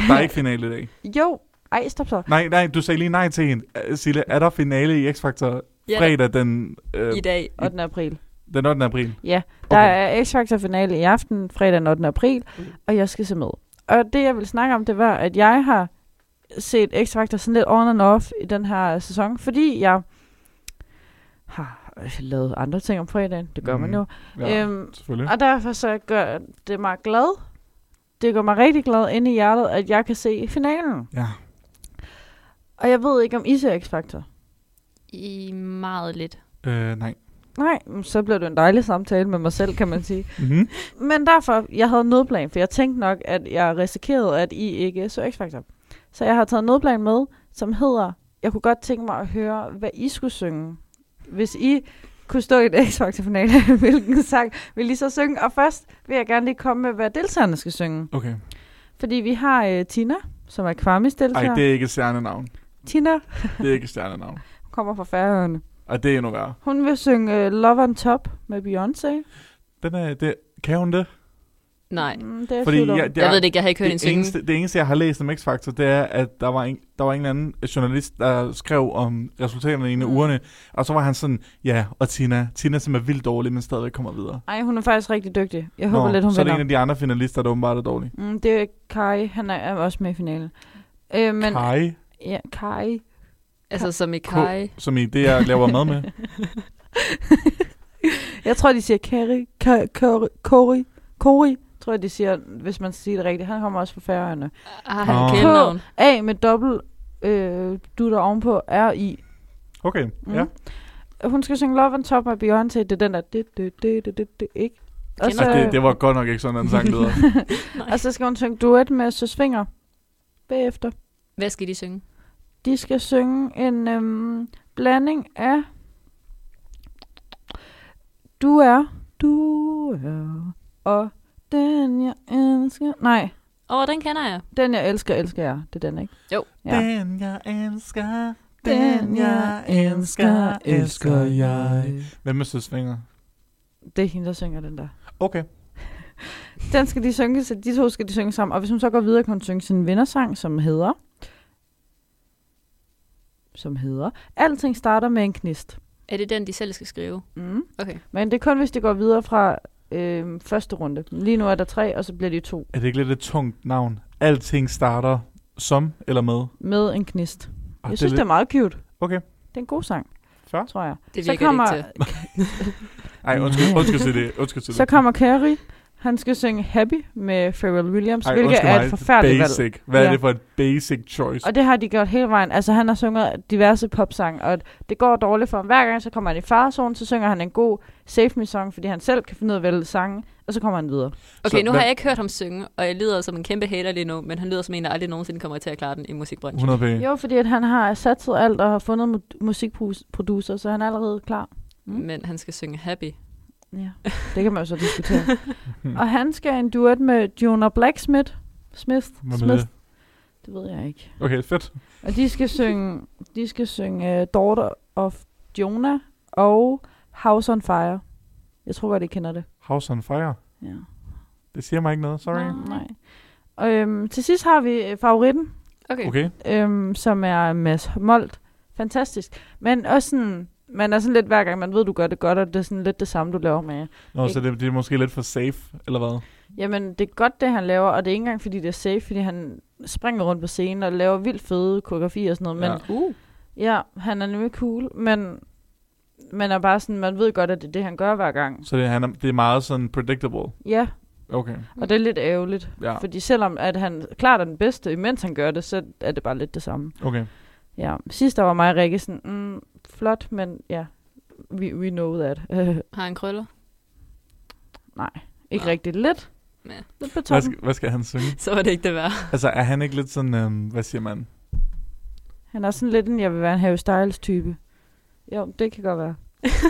S1: Der er ikke finale i dag.
S2: Ah, Jo, ej, stop så.
S1: Nej, nej, du sagde lige nej til hende. Øh, Sille, er der finale i X-Factor
S3: Ja,
S1: fredag den, øh,
S3: i dag.
S2: 8. april.
S1: den 8. april?
S2: Ja,
S1: Okay. Mm.
S2: Der er X-Factor finale i aften, fredag den 8. april, og jeg skal se med. Og det, jeg vil snakke om, det var, at jeg har set X-Factor sådan lidt on and off i den her sæson, fordi jeg har øh, lavet andre ting om fredagen. Det gør mm. man
S1: Mhm.
S2: jo.
S1: ja,
S2: Øhm,
S1: selvfølgelig.
S2: Og derfor så gør det mig glad. Det gør mig rigtig glad inde i hjertet, at jeg kan se finalen.
S1: Ja.
S2: Og jeg ved ikke, om I ser X-Factor.
S3: I meget lidt.
S1: Øh, nej.
S2: Nej, men så blev det en dejlig samtale med mig selv, kan man sige.
S1: Mm-hmm.
S2: Men derfor, jeg havde en nødplan, for jeg tænkte nok, at jeg risikerede, at I ikke så X-Factor. Så jeg har taget en nødplan med, som hedder, jeg kunne godt tænke mig at høre, hvad I skulle synge, hvis I kunne stå i et X-Factor-finale, [laughs] hvilken sang vil I så synge? Og først vil jeg gerne lige komme med, hvad deltagerne skal synge.
S1: Okay.
S2: Fordi vi har øh, Tina, som er Kwamis deltager.
S1: Ej, det er ikke et stjernenavn.
S2: Tina
S1: Det er ikke et stjernenavn.
S2: kommer fra Færøerne.
S1: Og det er endnu værre.
S2: Hun vil synge øh, Love on Top med Beyoncé.
S1: Den er, det, kan hun det?
S3: Nej.
S2: Mm, det er jeg
S1: Fordi
S2: i tvivl om.
S1: jeg- det
S3: Jeg
S1: er-
S3: ved det ikke, jeg har ikke hørt en
S1: Det
S3: synge.
S1: eneste, det eneste, jeg har læst om X-Factor, det er, at der var, en, der var en eller anden journalist, der skrev om resultaterne i en af
S2: Mm.
S1: ugerne. Og så var han sådan, ja, og Tina. Tina, som er vildt dårlig, men stadigvæk kommer videre.
S2: Ej, hun er faktisk rigtig dygtig. Jeg håber lidt, hun
S1: så er det
S2: vinder.
S1: en af de andre finalister, der åbenbart er dårlig.
S2: Mm, det er Kai, han er, er også med i finalen. Øh, men,
S1: Men, Kai,
S2: Ja, Kai.
S3: Altså som i
S1: K,
S3: Kai.
S1: som i det, jeg laver mad med.
S2: Jeg tror, de siger Kari, Ka- Kori, Kori, Kori, tror jeg, de siger, hvis man siger det rigtigt. Han kommer også fra Færøerne.
S3: Har
S1: Nå.
S3: han kælenavn?
S2: A med dobbelt øh, dutter ovenpå, R i.
S1: Okay,
S2: Mm.
S1: mm. ja.
S2: Hun skal synge Love on Top af Beyoncé. Det er den der, det, det, det, det, det, det ikke? Og
S3: Kender
S1: Så,
S2: så,
S1: Altså, det, det var godt nok ikke sådan, en sang lyder.
S2: og så skal hun synge duet med Søs Finger bagefter.
S3: Hvad skal de synge?
S2: De skal synge en øhm, blanding af Du er, du er, og den jeg elsker. Nej,
S3: Åh, oh, den kender jeg.
S2: den jeg elsker, elsker jeg. Det er den, ikke?
S3: Jo.
S2: [laughs] Ja.
S1: Den jeg elsker, Hvem er søsvinger?
S2: Det er hende, der synger den der.
S1: Okay.
S2: Den skal de synge, så de to skal de synge sammen. Og hvis hun så går videre, kan hun synge sin vindersang, som hedder... Som hedder... Alting starter med en knist.
S3: Er det den, de selv skal skrive?
S2: Mm.
S3: Okay.
S2: Men det er kun, hvis det går videre fra øh, første runde. Lige nu er der tre, og så bliver de to
S1: Er det ikke lidt et tungt navn? Alting starter som eller med? Ej,
S2: med en knist.
S1: er
S2: Jeg synes, det
S1: lidt-
S2: er meget cute.
S1: Okay.
S2: Det er en god sang,
S1: Fair.
S2: tror jeg.
S3: Det
S2: Så
S3: virker
S2: kommer,
S3: det ikke til.
S1: Ej, undskyld,
S2: Nej.
S1: undskyld til det. Undskyld til
S2: så
S1: det.
S2: kommer Carrie. Han skal synge Happy med Pharrell Williams, Ej, hvilket
S1: undskyld
S2: er
S1: mig,
S2: et forfærdeligt valg.
S1: Basic. Hvad
S2: Ja.
S1: er det for et basic choice?
S2: Og det har de gjort hele vejen. Altså, han har sunget diverse popsange, og det går dårligt for ham. Hver gang, så kommer han i farezonen, så synger han en god Save Me-song, fordi han selv kan finde ud af at vælge sange, og så kommer han videre.
S1: Så
S3: Okay, nu
S1: hvad-
S3: har jeg ikke hørt ham synge, og jeg lyder som en kæmpe hater lige nu, men han lyder som en, der aldrig nogensinde kommer til at klare den i musikbranchen.
S1: 100 penge.
S2: Jo, fordi at han har satset alt og har fundet mu- musikproducer, så han er allerede klar. Mm.
S3: Men han skal synge Happy.
S2: Ja, det kan man jo så diskutere.
S1: [laughs] Hm.
S2: og han skal i en duet med Jonah Blacksmith. Smith?
S1: Hvad med
S2: Smith?
S1: det?
S2: Det ved jeg ikke.
S1: Okay, fedt.
S2: Og de skal synge, de skal synge uh, Daughter of Jonah og House on Fire. Jeg tror godt, I kender det.
S1: House on Fire.
S2: Ja.
S1: Det siger mig ikke noget, sorry.
S3: Nej.
S2: Nej. Og, øhm, til sidst har vi øh, favoritten,
S3: Okay.
S1: Okay.
S2: øhm, som er Mads Molt. Fantastisk. Men også sådan, man er sådan lidt hver gang, man ved, du gør det godt, og det er sådan lidt det samme, du laver med.
S1: Nå, så det, det er måske lidt for safe, eller hvad?
S2: Jamen, det er godt, det han laver, og det er ikke engang, fordi det er safe, fordi han springer rundt på scenen og laver vildt fede koreografi og sådan noget. Men
S1: Ja.
S3: Uh.
S2: ja, han er nemlig cool, men man er bare sådan, man ved godt, at det er det, han gør hver gang.
S1: Så det, han er, det er meget sådan predictable.
S2: Ja,
S1: Okay,
S2: og det er lidt ærgerligt,
S1: ja,
S2: ja. fordi selvom at han klart er den bedste, imens han gør det, så er det bare lidt det samme.
S1: okay.
S2: Ja, sidst der var mig og Rikke sådan, mm, flot, men ja, we, we know that. Øh,
S3: Har han krøller?
S2: [laughs] ikke
S3: Nå.
S2: rigtig lidt.
S3: Ja.
S2: Lidt på
S1: Hvad
S2: toppen.
S1: skal, hvad skal han synge?
S3: Så var det ikke det værd.
S1: Altså, er han ikke lidt sådan, øhm, hvad siger man?
S2: Mm. Han er sådan lidt en, jeg vil være en Harry Styles-type. Jo, det kan godt være.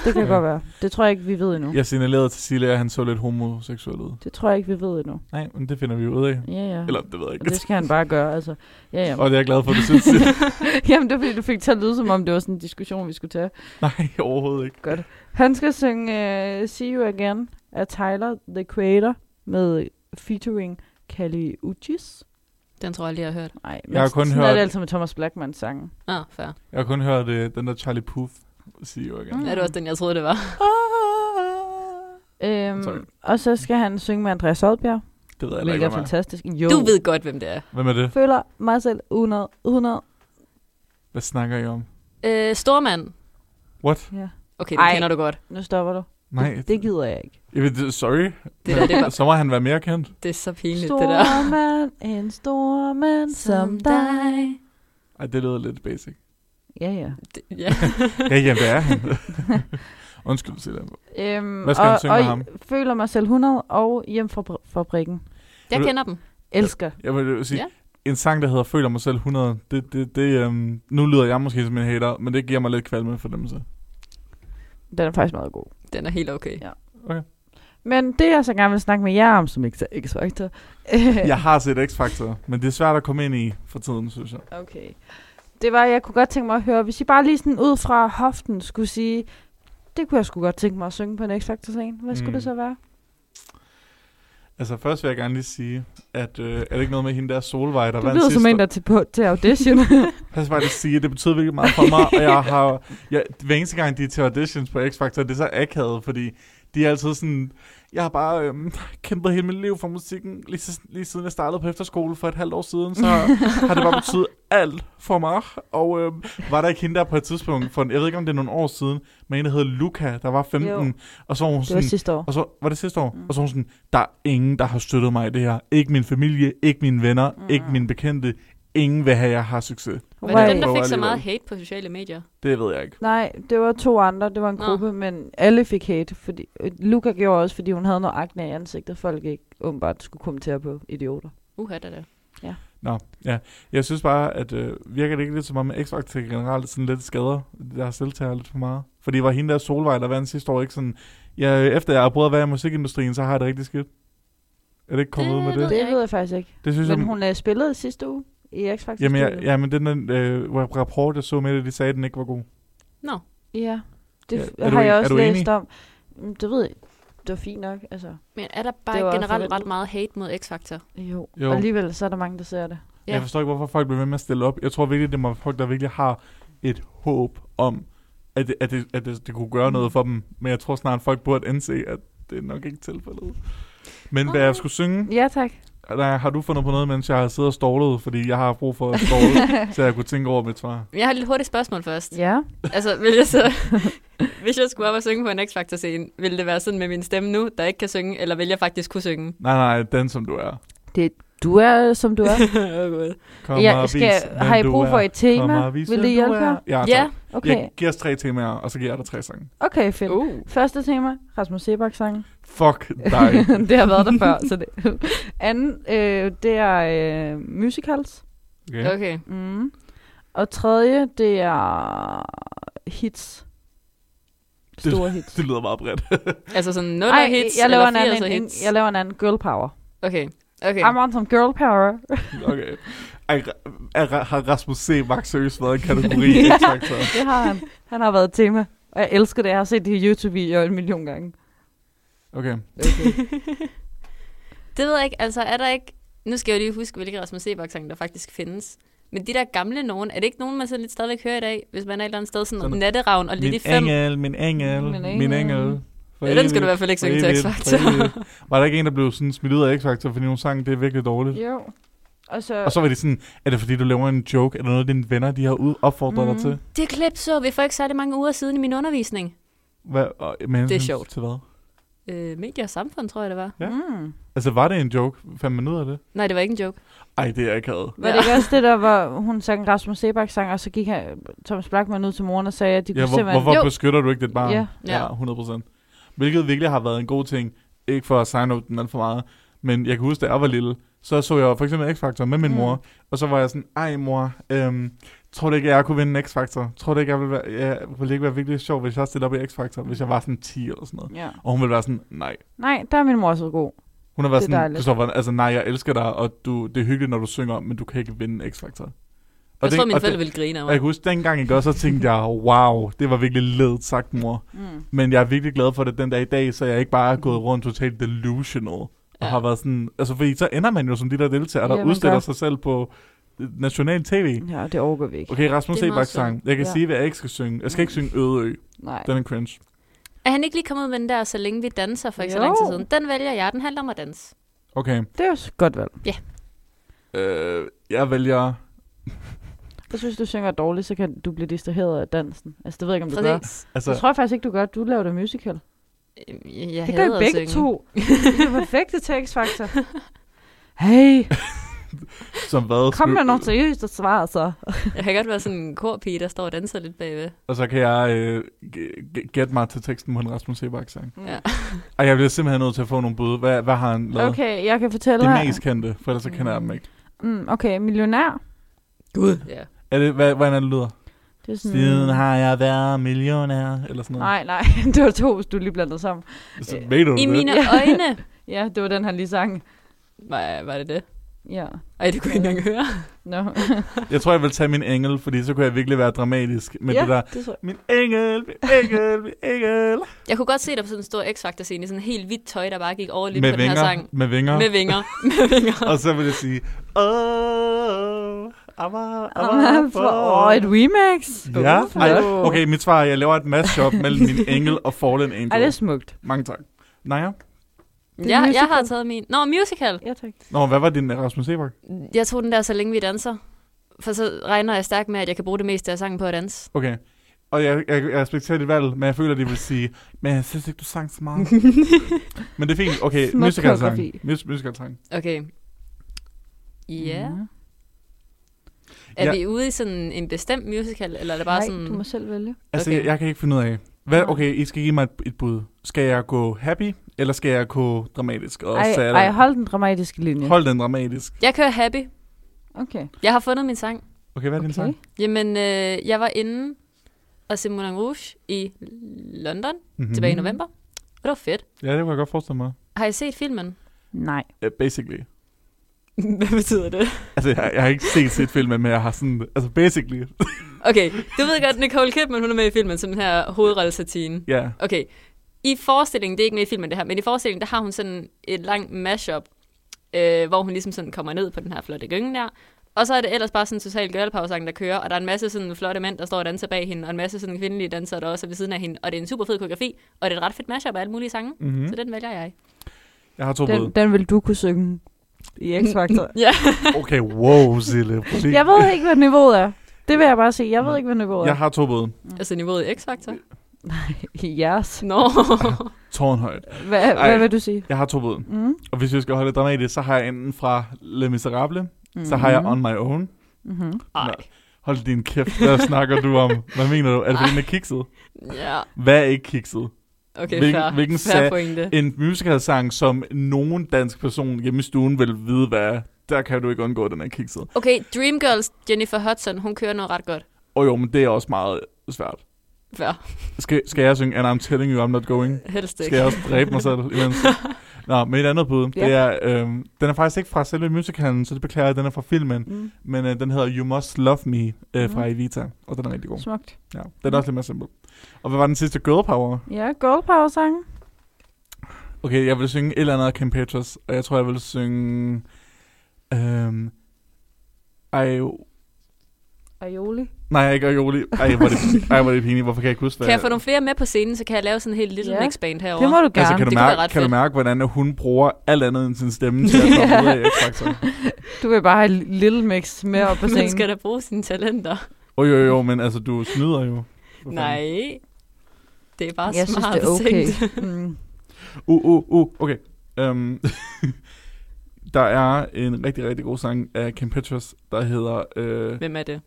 S2: Det kan
S1: [laughs] Ja.
S2: godt være. Det tror jeg ikke, vi ved endnu.
S1: Jeg signalerede til Silja, at han så lidt homoseksuel ud.
S2: Det tror jeg ikke, vi ved endnu.
S1: Nej, men det finder vi ud af.
S2: Ja, ja.
S1: Eller, det ved jeg ikke.
S2: Mm. Og det skal han bare gøre, altså. Ja, ja.
S1: Og det [laughs] er jeg glad for, at du synes. Silja.
S2: [laughs] Jamen, det er fordi, du fik til at lyde, som om det var sådan en diskussion, vi skulle tage.
S1: Nej, overhovedet ikke.
S2: Godt. Han skal synge uh, See You Again af Tyler, The Creator, med featuring Kali Uchis.
S3: Den tror jeg aldrig, jeg har hørt.
S2: Nej, men
S1: Jeg har kun
S2: sådan er
S1: hørt-
S2: det altid med Thomas Blackmans sange.
S3: Ah, fair.
S1: Jeg har kun hørt øh, den der Charlie Puth sige jo igen.
S2: Mm.
S3: Er det også den, jeg troede, det var?
S1: Sorry.
S2: Øhm, og så skal han synge med Andreas Oddbjerg,
S1: Det ved jeg heller
S2: hvilket
S1: ikke,
S2: er
S1: hvem er.
S2: fantastisk. Jo,
S3: Du ved godt, hvem det er.
S1: Hvem er det?
S2: føler mig selv 100, 100.
S1: Hvad snakker I om?
S3: Øh, Stormand.
S1: What?
S2: Ja.
S3: Okay, det
S2: Ej.
S3: kender du godt.
S2: Nu stopper du.
S1: Nej,
S2: Det, det gider jeg ikke.
S1: jeg ved, det- sorry.
S3: Det, der, det, var,
S1: Så må han være mere kendt.
S3: det er så pinligt, det der.
S2: Stor mand, en stor mand som dig.
S1: Ej, det lyder lidt basic.
S2: Ja, ja.
S3: Det, ja.
S1: [laughs] Ja, jamen, det er han. [laughs] Undskyld, Silja.
S2: Øhm,
S1: Hvad skal
S2: og,
S1: han synge
S2: og
S1: med
S2: I
S1: ham?
S2: føler mig selv 100 og hjem fra br- fabrikken.
S3: Jeg
S1: Vil du-
S3: kender dem.
S2: Elsker.
S1: Jeg vil sige,
S3: Ja.
S1: ja. en sang, der hedder Føler mig selv 100,
S2: [laughs]
S1: det, det, det øhm, nu lyder jeg måske som en hater, men det giver mig lidt kvalme for dem så.
S2: Den er faktisk meget god.
S3: Den er helt okay.
S2: Ja.
S1: Okay.
S2: Men det, jeg så gerne vil snakke med jer om, som ikke er X-Factor.
S1: Jeg har set X-Factor, men det er svært at komme ind i for tiden, synes jeg.
S2: Okay. Det var, jeg kunne godt tænke mig at høre, hvis I bare lige sådan ud fra hoften skulle sige, det kunne jeg sgu godt tænke mig at synge på en X-Factor-scene. Hvad skulle
S1: Mm.
S2: det så være?
S1: Altså først vil jeg gerne lige sige, at øh, er det ikke noget med hende der Solvej, der
S2: Du lyder som
S1: sidste-
S2: en, der er til, på, til
S1: [laughs]
S2: audition.
S1: Jeg skal bare lige sige, at det betyder virkelig meget for mig, og jeg har, jeg, hver eneste gang, de er til auditions på X-Factor, det er så akavet, fordi de er altid sådan, jeg har bare øhm, kæmpet hele mit liv for musikken, lige, så, lige siden jeg startede på efterskole for et halvt år siden, så har det bare betydet alt for mig, og øhm, var der ikke hende der på et tidspunkt, for en- jeg ved ikke om det er nogle år siden, men en der hed Luca, der var 15,
S2: Jo.
S1: og så var hun
S2: det var
S1: sådan,
S2: sidste år.
S1: og så var det sidste år,
S2: Mm.
S1: mm. og så var hun sådan, der er ingen, der har støttet mig i det her. Ikke min familie, ikke mine venner,
S2: Mm.
S1: mm. ikke mine bekendte. Ingen vil have, at jeg har succes.
S3: Var det
S2: Right.
S3: dem, der fik så
S1: Alligevel.
S3: meget hate på sociale medier?
S1: Det ved jeg ikke.
S2: Nej, det var to andre. Det var en
S3: Nå.
S2: gruppe, men alle fik hate. Fordi, øh, Luca gjorde også, fordi hun havde noget akne i ansigtet, folk ikke åbenbart skulle kommentere på idioter.
S3: Uha, da da.
S1: Nå, ja. Jeg synes bare, at øh, virker det ikke lidt som om, at X-Factor generelt sådan lidt skader deres selvtager lidt for meget? Fordi var hende der Solvej, der vandt sidste år, ikke sådan... Ja, efter jeg har prøvet at være i musikindustrien, så har jeg det rigtig skidt. Er det ikke kommet ud med
S3: ved
S1: det?
S3: jeg
S2: Det ved
S3: ikke.
S2: jeg faktisk ikke.
S1: Det synes
S2: Men
S1: jeg...
S2: hun øh, spillede sidste uge i X-Factor.
S1: Ligesom- Jamen, jeg,
S2: studiet.
S1: jamen den der øh, rapport, jeg så med det, de sagde, at den ikke var god.
S3: Nå,
S2: Ja,
S1: Ja,
S2: det
S1: er du
S2: ja, har
S1: en-
S2: jeg
S1: er
S2: også
S1: du enig?
S2: læst om. Mm, Det ved jeg. Det var fint nok, altså.
S3: men er der
S2: Det var
S3: bare generelt
S2: forventet.
S3: ret meget hate mod
S2: Jo.
S3: X-Factor?
S2: jo.
S1: Jo.
S2: Og alligevel, så er der mange, der ser det.
S1: Ja.
S3: Ja.
S1: Jeg forstår ikke, hvorfor folk bliver ved med at stille op. Jeg tror virkelig, det må være folk, der virkelig har et håb om, at det, at det, at det, det kunne gøre
S2: Mm.
S1: noget for dem. Men jeg tror snart, folk burde indse, at det er nok ikke tilfældet. Men hvad
S3: Nej.
S1: jeg skulle synge,
S2: Mm. Ja, tak.
S1: der, har du fundet på noget, mens jeg har siddet og stålet, fordi jeg har haft brug for at
S2: [laughs]
S1: ståle, så jeg kunne tænke over mit svar.
S3: Jeg har et lidt hurtigt spørgsmål først.
S2: Ja.
S3: Altså, vil jeg
S2: [laughs]
S3: så, hvis jeg skulle op og synge på en X-Factor-scene, ville det være sådan med min stemme nu, der ikke kan synge, eller vil jeg faktisk kunne
S2: [laughs]
S3: synge?
S1: Nej, nej, den som du er.
S2: Du er, som du
S1: [laughs]
S2: er.
S3: Åh, Gud.
S1: Kom
S2: ja,
S1: og
S2: skal,
S1: vis, hvem
S2: har I
S1: du
S2: brug for
S1: er.
S2: et tema?
S1: Kom og vis,
S2: Vil
S1: hvem
S2: det
S1: du
S2: hjælpe
S1: er.
S2: jer?
S1: Ja, tak.
S3: ja,
S1: Okay.
S2: Okay,
S1: Jeg giver os tre temaer, og så giver jeg dig tre sange.
S2: okay fedt.
S1: Oh.
S3: uh.
S2: Første tema, Rasmus Sebak-sangen.
S1: Fuck
S2: [laughs]
S1: dig.
S2: det har været der før, så det. [laughs] Anden, øh, det er øh, musicals.
S1: Okay.
S3: okay.
S2: Mm. Og tredje, det er hits. Store hits.
S1: Det lyder meget bredt.
S3: Altså sådan
S2: Ej,
S3: 0 hits,
S2: jeg laver en
S3: eller 80'er
S2: anden, en,
S3: hits.
S2: jeg laver en anden girl power.
S3: Okay, okay.
S2: I'm on some girl power.
S1: Okay. Er, er, har Rasmus C. Max seriøst været en
S3: [laughs]
S1: kategori i
S2: Ja.
S1: X-Factor?
S2: Det har han. Han har været et tema. Og jeg elsker det. Jeg har set det i YouTube-videoer en million gange.
S1: Okay.
S3: [laughs] det ved jeg ikke, altså er der ikke... Nu skal jeg jo lige huske, hvilke Rasmus sebak der faktisk findes. Men de der gamle nogen, er det ikke nogen, man sådan lidt stadigvæk hører i dag, hvis man er et eller andet sted sådan,
S1: Sådan-
S3: sådan natteravn og lidt i fem?
S1: engel, min engel,
S2: Min engel.
S1: For
S3: Ja, den skal du
S1: evigt,
S3: i hvert fald ikke
S1: for
S3: synge til
S1: evigt,
S3: X-Factor.
S1: for evigt. Var der ikke en, der blev sådan smidt ud af X-Factor, fordi hun sang, det er virkelig dårligt?
S2: Jo. Og så...
S1: Og så var det sådan, er det fordi, du laver en joke? Er det noget, dine venner de har ud- opfordret mm. dig
S2: Mhm.
S1: til?
S3: Det klip så vi for ikke særlig mange uger siden i min undervisning.
S1: Hvad, og, men,
S3: Det er sjovt.
S1: Til hvad?
S3: Øh, medier og samfund, tror jeg, det var.
S1: Ja.
S2: Mm.
S1: Altså, var det en joke? Fandt man ud af det?
S3: Nej, det var ikke en joke.
S1: Ej, det er ikke havde.
S2: Var det ikke også det der, hvor hun sang Rasmus Sebak sang, og så gik han, Thomas Blackman ud til moren og sagde, at de
S1: Ja,
S2: kunne
S1: hvor,
S2: simpelthen...
S1: hvorfor jo.
S3: Jo.
S1: beskytter du ikke dit barn?
S2: Ja.
S1: ja,
S3: Ja.
S1: 100%. Hvilket virkelig har været en god ting. Ikke for at signe op den alt for meget. Men jeg kan huske, da jeg var lille, så så jeg for eksempel X-Factor med min
S2: Mm.
S1: mm. mor. Og så var jeg sådan, ej mor, øhm, tror du ikke, jeg kunne vinde en X-Factor? Tror du ikke, jeg ville, være, jeg ville ikke være virkelig sjov, hvis jeg stillede op i X-Factor, hvis jeg var sådan 10 eller sådan noget?
S2: Ja.
S1: Og hun ville være sådan, nej.
S2: Nej, der er min mor så god.
S1: Hun har været
S2: Det er
S1: sådan,
S2: dejligt.
S1: Christoffer, altså nej, jeg elsker dig, og du, det er hyggeligt, når du synger, men du kan ikke vinde X-Factor. Og
S3: Jeg tror, mine
S1: og
S3: forældre ville grine af
S1: og jeg kan
S3: mig.
S1: huske, dengang jeg gør, så tænkte jeg, wow, det var virkelig ledt sagt, mor.
S2: Mm.
S1: Men jeg er virkelig glad for det den dag i dag, så jeg ikke bare er
S2: Mhm.
S1: gået rundt totalt delusional. Og
S3: Ja.
S1: har været sådan... Altså, fordi så ender man jo som de der deltagere,
S2: Ja,
S1: der
S2: man
S1: udstiller
S2: gør. Mhm.
S1: sig selv på øh, national tv.
S2: Ja, og det overgår vi ikke.
S1: Okay, Rasmus
S3: Det er meget
S1: Sebak sang. Jeg kan
S2: Ja. Mhm.
S1: ja. sige, hvad jeg ikke skal synge. Jeg skal ikke synge Øde Ø.
S2: Nej.
S1: Den er cringe.
S3: Er han ikke lige kommet ud med den der, så længe vi danser, for ikke så
S2: Jo.
S3: lang tid siden? Den vælger jeg, den handler om at danse.
S1: Okay.
S2: Det er jo s- godt valg.
S1: Øh, jeg vælger...
S2: Hvis synes, du synger dårligt, så kan du blive distraheret af dansen. Altså, det ved jeg ikke, om du gør.
S3: Præcis.
S1: Altså,
S2: Jeg tror faktisk ikke, du gør. Du laver det musical.
S3: Jeg, øh, jeg
S2: det gør I
S3: hader at
S2: begge
S3: synge.
S2: to. Det er perfekte tekstfaktor. [laughs] Hey,
S1: som hvad?
S2: kom med
S1: Skal-
S2: noget seriøst og svar så.
S3: Jeg kan godt være sådan en korpige, der står og danser lidt bagved.
S1: Og så kan jeg øh, g- g- gætte mig til teksten på en Rasmus Sebak sang.
S3: Ja.
S1: Ej, jeg bliver simpelthen nødt til at få nogle bud. Hvad, hvad har han lavet?
S2: Okay, jeg kan fortælle
S1: Det
S2: her.
S1: mest kendte, for ellers så kender jeg dem ikke.
S2: Mm, okay, millionær.
S3: Gud. Ja.
S1: Er det, hvad, hvordan er det lyder?
S2: Det er
S1: Siden
S3: Hmm.
S1: har jeg været millionær, eller sådan noget.
S2: Nej, nej, [laughs] det var to, du lige blandede sammen.
S1: Så ved du
S3: Øh, I
S1: det.
S3: mine
S2: Ja.
S3: øjne.
S2: Ja, det var den, han lige sang.
S3: Var, var det det?
S2: Ja,
S3: Ej, det kunne jeg ikke engang høre.
S2: no.
S1: Jeg tror, jeg vil tage min engel, fordi så kunne jeg virkelig være dramatisk med
S2: ja,
S1: det der. [laughs]
S2: Det tror jeg.
S1: Min engel, min engel, min engel.
S3: Jeg kunne godt se dig på sådan en stor X-Factor-scene i sådan en helt hvidt tøj, der bare gik over lidt
S1: med,
S3: på den her sang.
S1: vinger, med vinger.
S3: Med vinger. Med vinger.
S1: [laughs] Og så vil jeg sige, åh, amma, amma,
S2: Ah, [laughs] for, åh, et remix.
S1: Ja,
S2: Uh,
S1: Ej,
S2: flot.
S1: okay, mit svar er, at jeg laver et mashup mellem min engel og Fallen Angel.
S2: Ej, det er smukt.
S1: Mange tak. Naja.
S2: Det er
S3: Ja, jeg
S2: musical.
S3: har taget min. Nå, musical.
S2: Ja, tak.
S1: Nå, hvad var din Rasmus Seberg?
S3: Jeg tog den der, så længe vi danser. For så regner jeg stærkt med, at jeg kan bruge det meste af sangen på at danse.
S1: Okay. Og jeg, jeg, jeg respekterer dit valg, men jeg føler, at de vil sige, men jeg synes ikke, du sang så
S2: [laughs]
S1: meget. men det er fint. Okay,
S2: Smuk
S1: musical-sang.
S2: koreografi.
S1: Mus- musical-sang.
S3: Okay. Ja.
S2: Mhm.
S3: Er
S1: Ja.
S3: vi ude i sådan en bestemt musical, eller er det bare
S2: Nej,
S3: sådan...
S2: du må selv vælge.
S1: Altså,
S3: Okay.
S1: jeg, jeg kan ikke finde ud af. Hvad,
S2: Nej.
S1: okay, I skal give mig et, et bud. Skal jeg gå happy, eller skal jeg gå dramatisk? Og
S2: Ej,
S1: sad-
S2: ej, hold den dramatiske linje.
S1: Hold den dramatisk.
S3: Jeg kører happy.
S2: Okay.
S3: Jeg har fundet min sang.
S1: Okay, hvad er din
S2: okay.
S1: sang?
S3: Jamen, øh, jeg var inde og se Moulin Rouge i London
S1: Mm-hmm.
S3: tilbage i
S2: Mhm.
S3: november. Og det var fedt.
S1: Ja, det kunne jeg godt forestille mig.
S3: Har I set
S2: [laughs]
S3: filmen?
S2: Nej.
S1: Uh, basically.
S3: Hvad betyder det?
S1: Altså, jeg, jeg har ikke set set filmen, men jeg har sådan... Altså, basically.
S3: Okay, du ved godt, Nicole Kidman, hun er med i filmen som den her hovedrollesatine.
S1: Ja.
S3: Okay, i forestillingen, det er ikke med i filmen det her, men i forestillingen, der har hun sådan et langt mashup, øh, hvor hun ligesom sådan kommer ned på den her flotte gynge der. Og så er det ellers bare sådan en total girl power sang, der kører, og der er en masse sådan flotte mænd, der står og danser bag hende, og en masse sådan kvindelige dansere, der også er ved siden af hende. Og det er en super fed koreografi, og det er et ret fedt mashup af alle mulige sange.
S1: Mm-hmm.
S3: Så den vælger jeg.
S1: Jeg har to bud.
S2: Den, den vil du kunne synge i
S1: Mm.
S2: X-Factor.
S3: Ja.
S1: Okay, wow, Sille. Prøv lige-
S2: [laughs] jeg ved ikke, hvad niveauet er. Det vil jeg bare sige. Jeg ved ikke, hvad niveauet
S1: Mm. Jeg
S2: [laughs] er.
S1: har to bud.
S3: altså niveauet i X-Factor.
S2: I jeres.
S3: Nå.
S1: Tårnhøjt.
S2: Hva,
S1: Ej.
S2: hvad vil du sige?
S1: Jeg har to bud.
S2: Mm?
S1: Og hvis vi skal holde det dramatisk, så har jeg enten fra Le Miserable, mm-hmm.
S2: Mm.
S1: så har jeg On My Own.
S2: Mm-hmm.
S3: Ej.
S1: Hold din kæft, hvad snakker du om? Hvad mener du? Er det fordi, den er kikset?
S3: Ja.
S1: Hvad er ikke kikset?
S3: Okay,
S1: Hvilken-
S3: fair.
S1: hvilken
S3: fair
S1: sag-
S3: pointe.
S1: En musicalsang, som nogen dansk person hjemme i stuen vil vide, hvad er. Der kan du ikke undgå, at den er kikset.
S3: Okay, Dreamgirls Jennifer Hudson, hun kører noget ret godt.
S1: Og jo, men det er også meget svært.
S3: Fair.
S1: Skal, skal jeg synge, and I'm telling you, I'm not going?
S3: Helst ikke.
S1: Skal jeg også dræbe mig selv imens? Nå, men et andet bud, det
S2: Ja.
S1: er, øhm, den er faktisk ikke fra selve musicalen, så det beklager jeg, den er fra filmen,
S2: Mm.
S1: men øh, den hedder You Must Love Me øh, fra
S2: Mm.
S1: Evita, og den er rigtig god.
S2: Smukt.
S1: Ja, den er også lidt mere simpel. Og hvad var den sidste girl power?
S2: Ja, Gold Power sang.
S1: Okay, jeg vil synge et eller andet af Kim Petras, og jeg tror, jeg vil synge... Øhm, ej,
S2: Aioli.
S1: nej, ikke Aioli. Ej, hvor er det, ej, hvor er det pinligt. Hvorfor kan jeg ikke huske, hvad...
S3: Kan jeg få nogle flere med på scenen, så kan jeg lave sådan en helt lille
S2: Ja.
S3: yeah. mixband herovre.
S2: Det må du gerne.
S1: Altså, kan du,
S3: Det kunne være
S1: mærke,
S3: ret
S1: kan du
S3: fedt.
S1: mærke, hvordan hun bruger alt andet end sin stemme til at komme
S3: [laughs]
S1: ud af X-Factor?
S2: Du vil bare have en lille mix med op [laughs]
S3: [laughs]
S2: på
S3: Man
S2: scenen.
S3: skal da bruge sine talenter.
S1: Jo, jo, jo, men altså, du snyder jo. For
S3: Nej. Det er bare
S2: jeg synes,
S3: smart
S2: det er okay. [laughs]
S3: tænkt.
S2: Mm.
S1: fanden. Uh, uh, uh, okay. Um, [laughs] der er en rigtig, rigtig god sang af Kim Petras, der hedder... Øh,
S3: Hvem er det?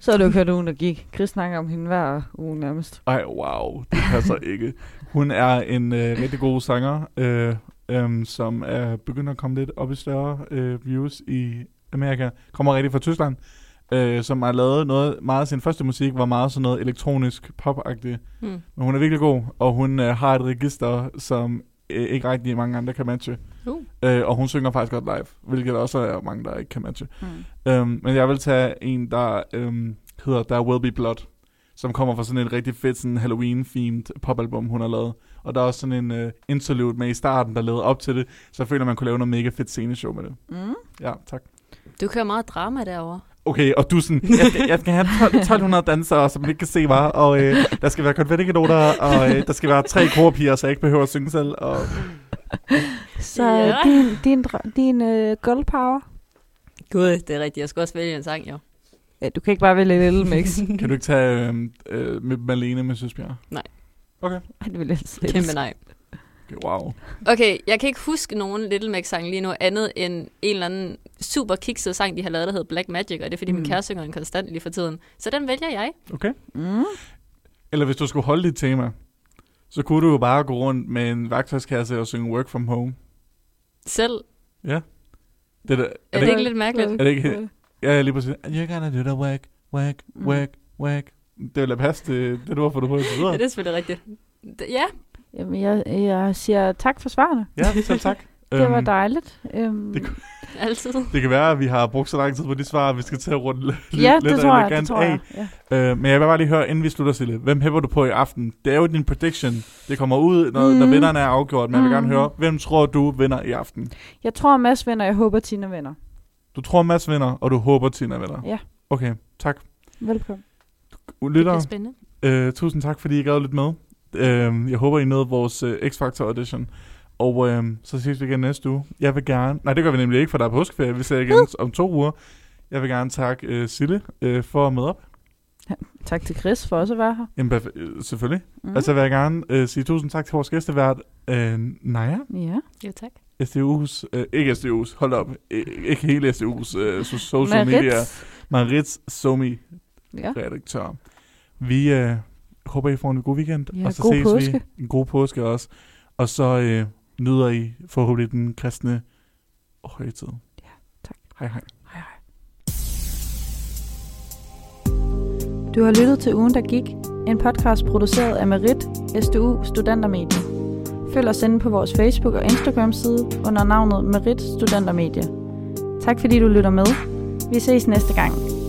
S2: Så har du ikke hørt ugen, der gik. Chris snakker om hende hver uge nærmest.
S1: ej, wow, det passer ikke. Hun er en øh, rigtig god sanger, øh, øhm, som er begyndt at komme lidt op i større øh, views i Amerika. Kommer rigtig fra Tyskland, øh, som har lavet noget meget af sin første musik, var meget sådan noget elektronisk pop-agtigt.
S3: Hmm.
S1: Men hun er virkelig god, og hun øh, har et register, som øh, ikke rigtig mange andre kan matche.
S3: Uh.
S1: Øh, og hun synger faktisk godt live, hvilket der også er mange, der ikke kan matche.
S2: Mm.
S1: Øhm, men jeg vil tage en, der øhm, hedder Der Will Be Blood, som kommer fra sådan et rigtig fedt sådan Halloween-themed popalbum, hun har lavet. Og der er også sådan en øh, interlude med i starten, der leder op til det, så jeg føler, man kunne lave noget mega fedt sceneshow med det.
S2: Mm.
S1: Ja, tak.
S3: Du kører meget drama derovre.
S1: Okay, og du er sådan, jeg skal, jeg skal have 12, 1200 dansere, som ikke kan se mig, og øh, der skal være konfettikanoter, og øh, der skal være tre korpiger, så jeg ikke behøver at synge selv. Og,
S2: Så
S3: Ja.
S2: din, din, dra- din uh, Gold Power.
S3: Gud, det er rigtigt. Jeg skulle også vælge en sang, jo.
S2: Ja, du kan ikke bare vælge en lille [laughs] mix.
S1: kan du ikke tage øh, øh, med Malene med Søsbjerg?
S2: Ej, det vil jeg helst ikke.
S3: Kæmpe nej.
S1: Okay, wow.
S3: Okay, jeg kan ikke huske nogen Little Mix-sang lige nu andet end en eller anden super kikset sang, de har lavet, der hedder Black Magic, og det er fordi, mm. min
S2: Mm.
S3: kæreste synger den konstant lige for tiden. Så den vælger jeg.
S1: Okay.
S2: Mm.
S1: Eller hvis du skulle holde dit tema, så kunne du jo bare gå rundt med en værktøjskasse og synge Work From Home.
S3: Selv. Er,
S1: Ja. Det er, da- er,
S3: er det,
S1: det,
S3: det ikke lidt mærkeligt?
S1: er det ikke... Ja, lige præcis. And you're gonna do the work whack,
S2: Mm.
S1: whack, whack. Det ville passe det, det du har fundet på indtil
S2: [laughs]
S3: Ja,
S1: videre.
S3: det er selvfølgelig rigtigt. D- Ja,
S2: Jamen, jeg, jeg siger tak for svarene.
S1: Ja, selv tak.
S2: [laughs] Det var
S1: Øhm,
S2: dejligt. Øhm,
S1: det
S3: altid.
S1: Det kan være, at vi har brugt så lang tid på de svar, at vi skal til at runde lidt,
S2: ja,
S1: lidt
S2: det tror jeg, det
S1: elegant
S2: tror
S1: af.
S2: jeg. Ja.
S1: Øh, men jeg vil bare lige høre, inden vi slutter, Sille. Hvem hæpper du på i aften? Det er jo din prediction. Det kommer ud, når, mm. når
S2: Mhm.
S1: vinderne er afgjort. Men jeg vil gerne
S2: Mhm.
S1: høre, hvem tror du vinder i aften?
S2: Jeg tror, Mads vinder, jeg håber, Tina vinder.
S1: Du tror, Mads vinder, og du håber, Tina vinder.
S2: Ja.
S1: Okay, tak.
S2: Velkommen.
S3: Det bliver
S1: Lytter,
S3: spændende.
S1: øh, tusind tak, fordi I gad lidt med. Øh, jeg håber, I nåede vores øh, X-Factor audition. Og øh, så ses vi igen næste uge. Jeg vil gerne... Nej, det gør vi nemlig ikke, for der er påskeferie. Vi ser igen om to uger. Jeg vil gerne takke øh, Sille øh, for at møde op.
S2: Tak til Chris for også at være her.
S1: Jamen, perf- øh, selvfølgelig.
S2: Mm.
S1: Mm. Altså vil jeg gerne øh, sige tusind tak til vores gæstevært, øh, Naja,
S2: ja.
S3: Jo, tak.
S1: SDU's, øh, ikke SDU's, hold op, øh, ikke hele SDU's øh, so- social
S2: Maritz.
S1: media, Marits Somi,
S2: Ja.
S1: redaktør. Vi øh, håber, I får en god weekend,
S2: Ja,
S1: og så
S2: god
S1: ses
S2: påske.
S1: vi. En god påske også. Og så øh, nyder I forhåbentlig den kristne højtid.
S2: Ja, tak.
S1: Hej hej.
S2: Hej, hej. Du har lyttet til Ugen, der gik. En podcast produceret af Merit, SDU Studentermedie. Følg os inde på vores Facebook- og Instagram-side under navnet Merit Studentermedie. Tak fordi du lytter med. Vi ses næste gang.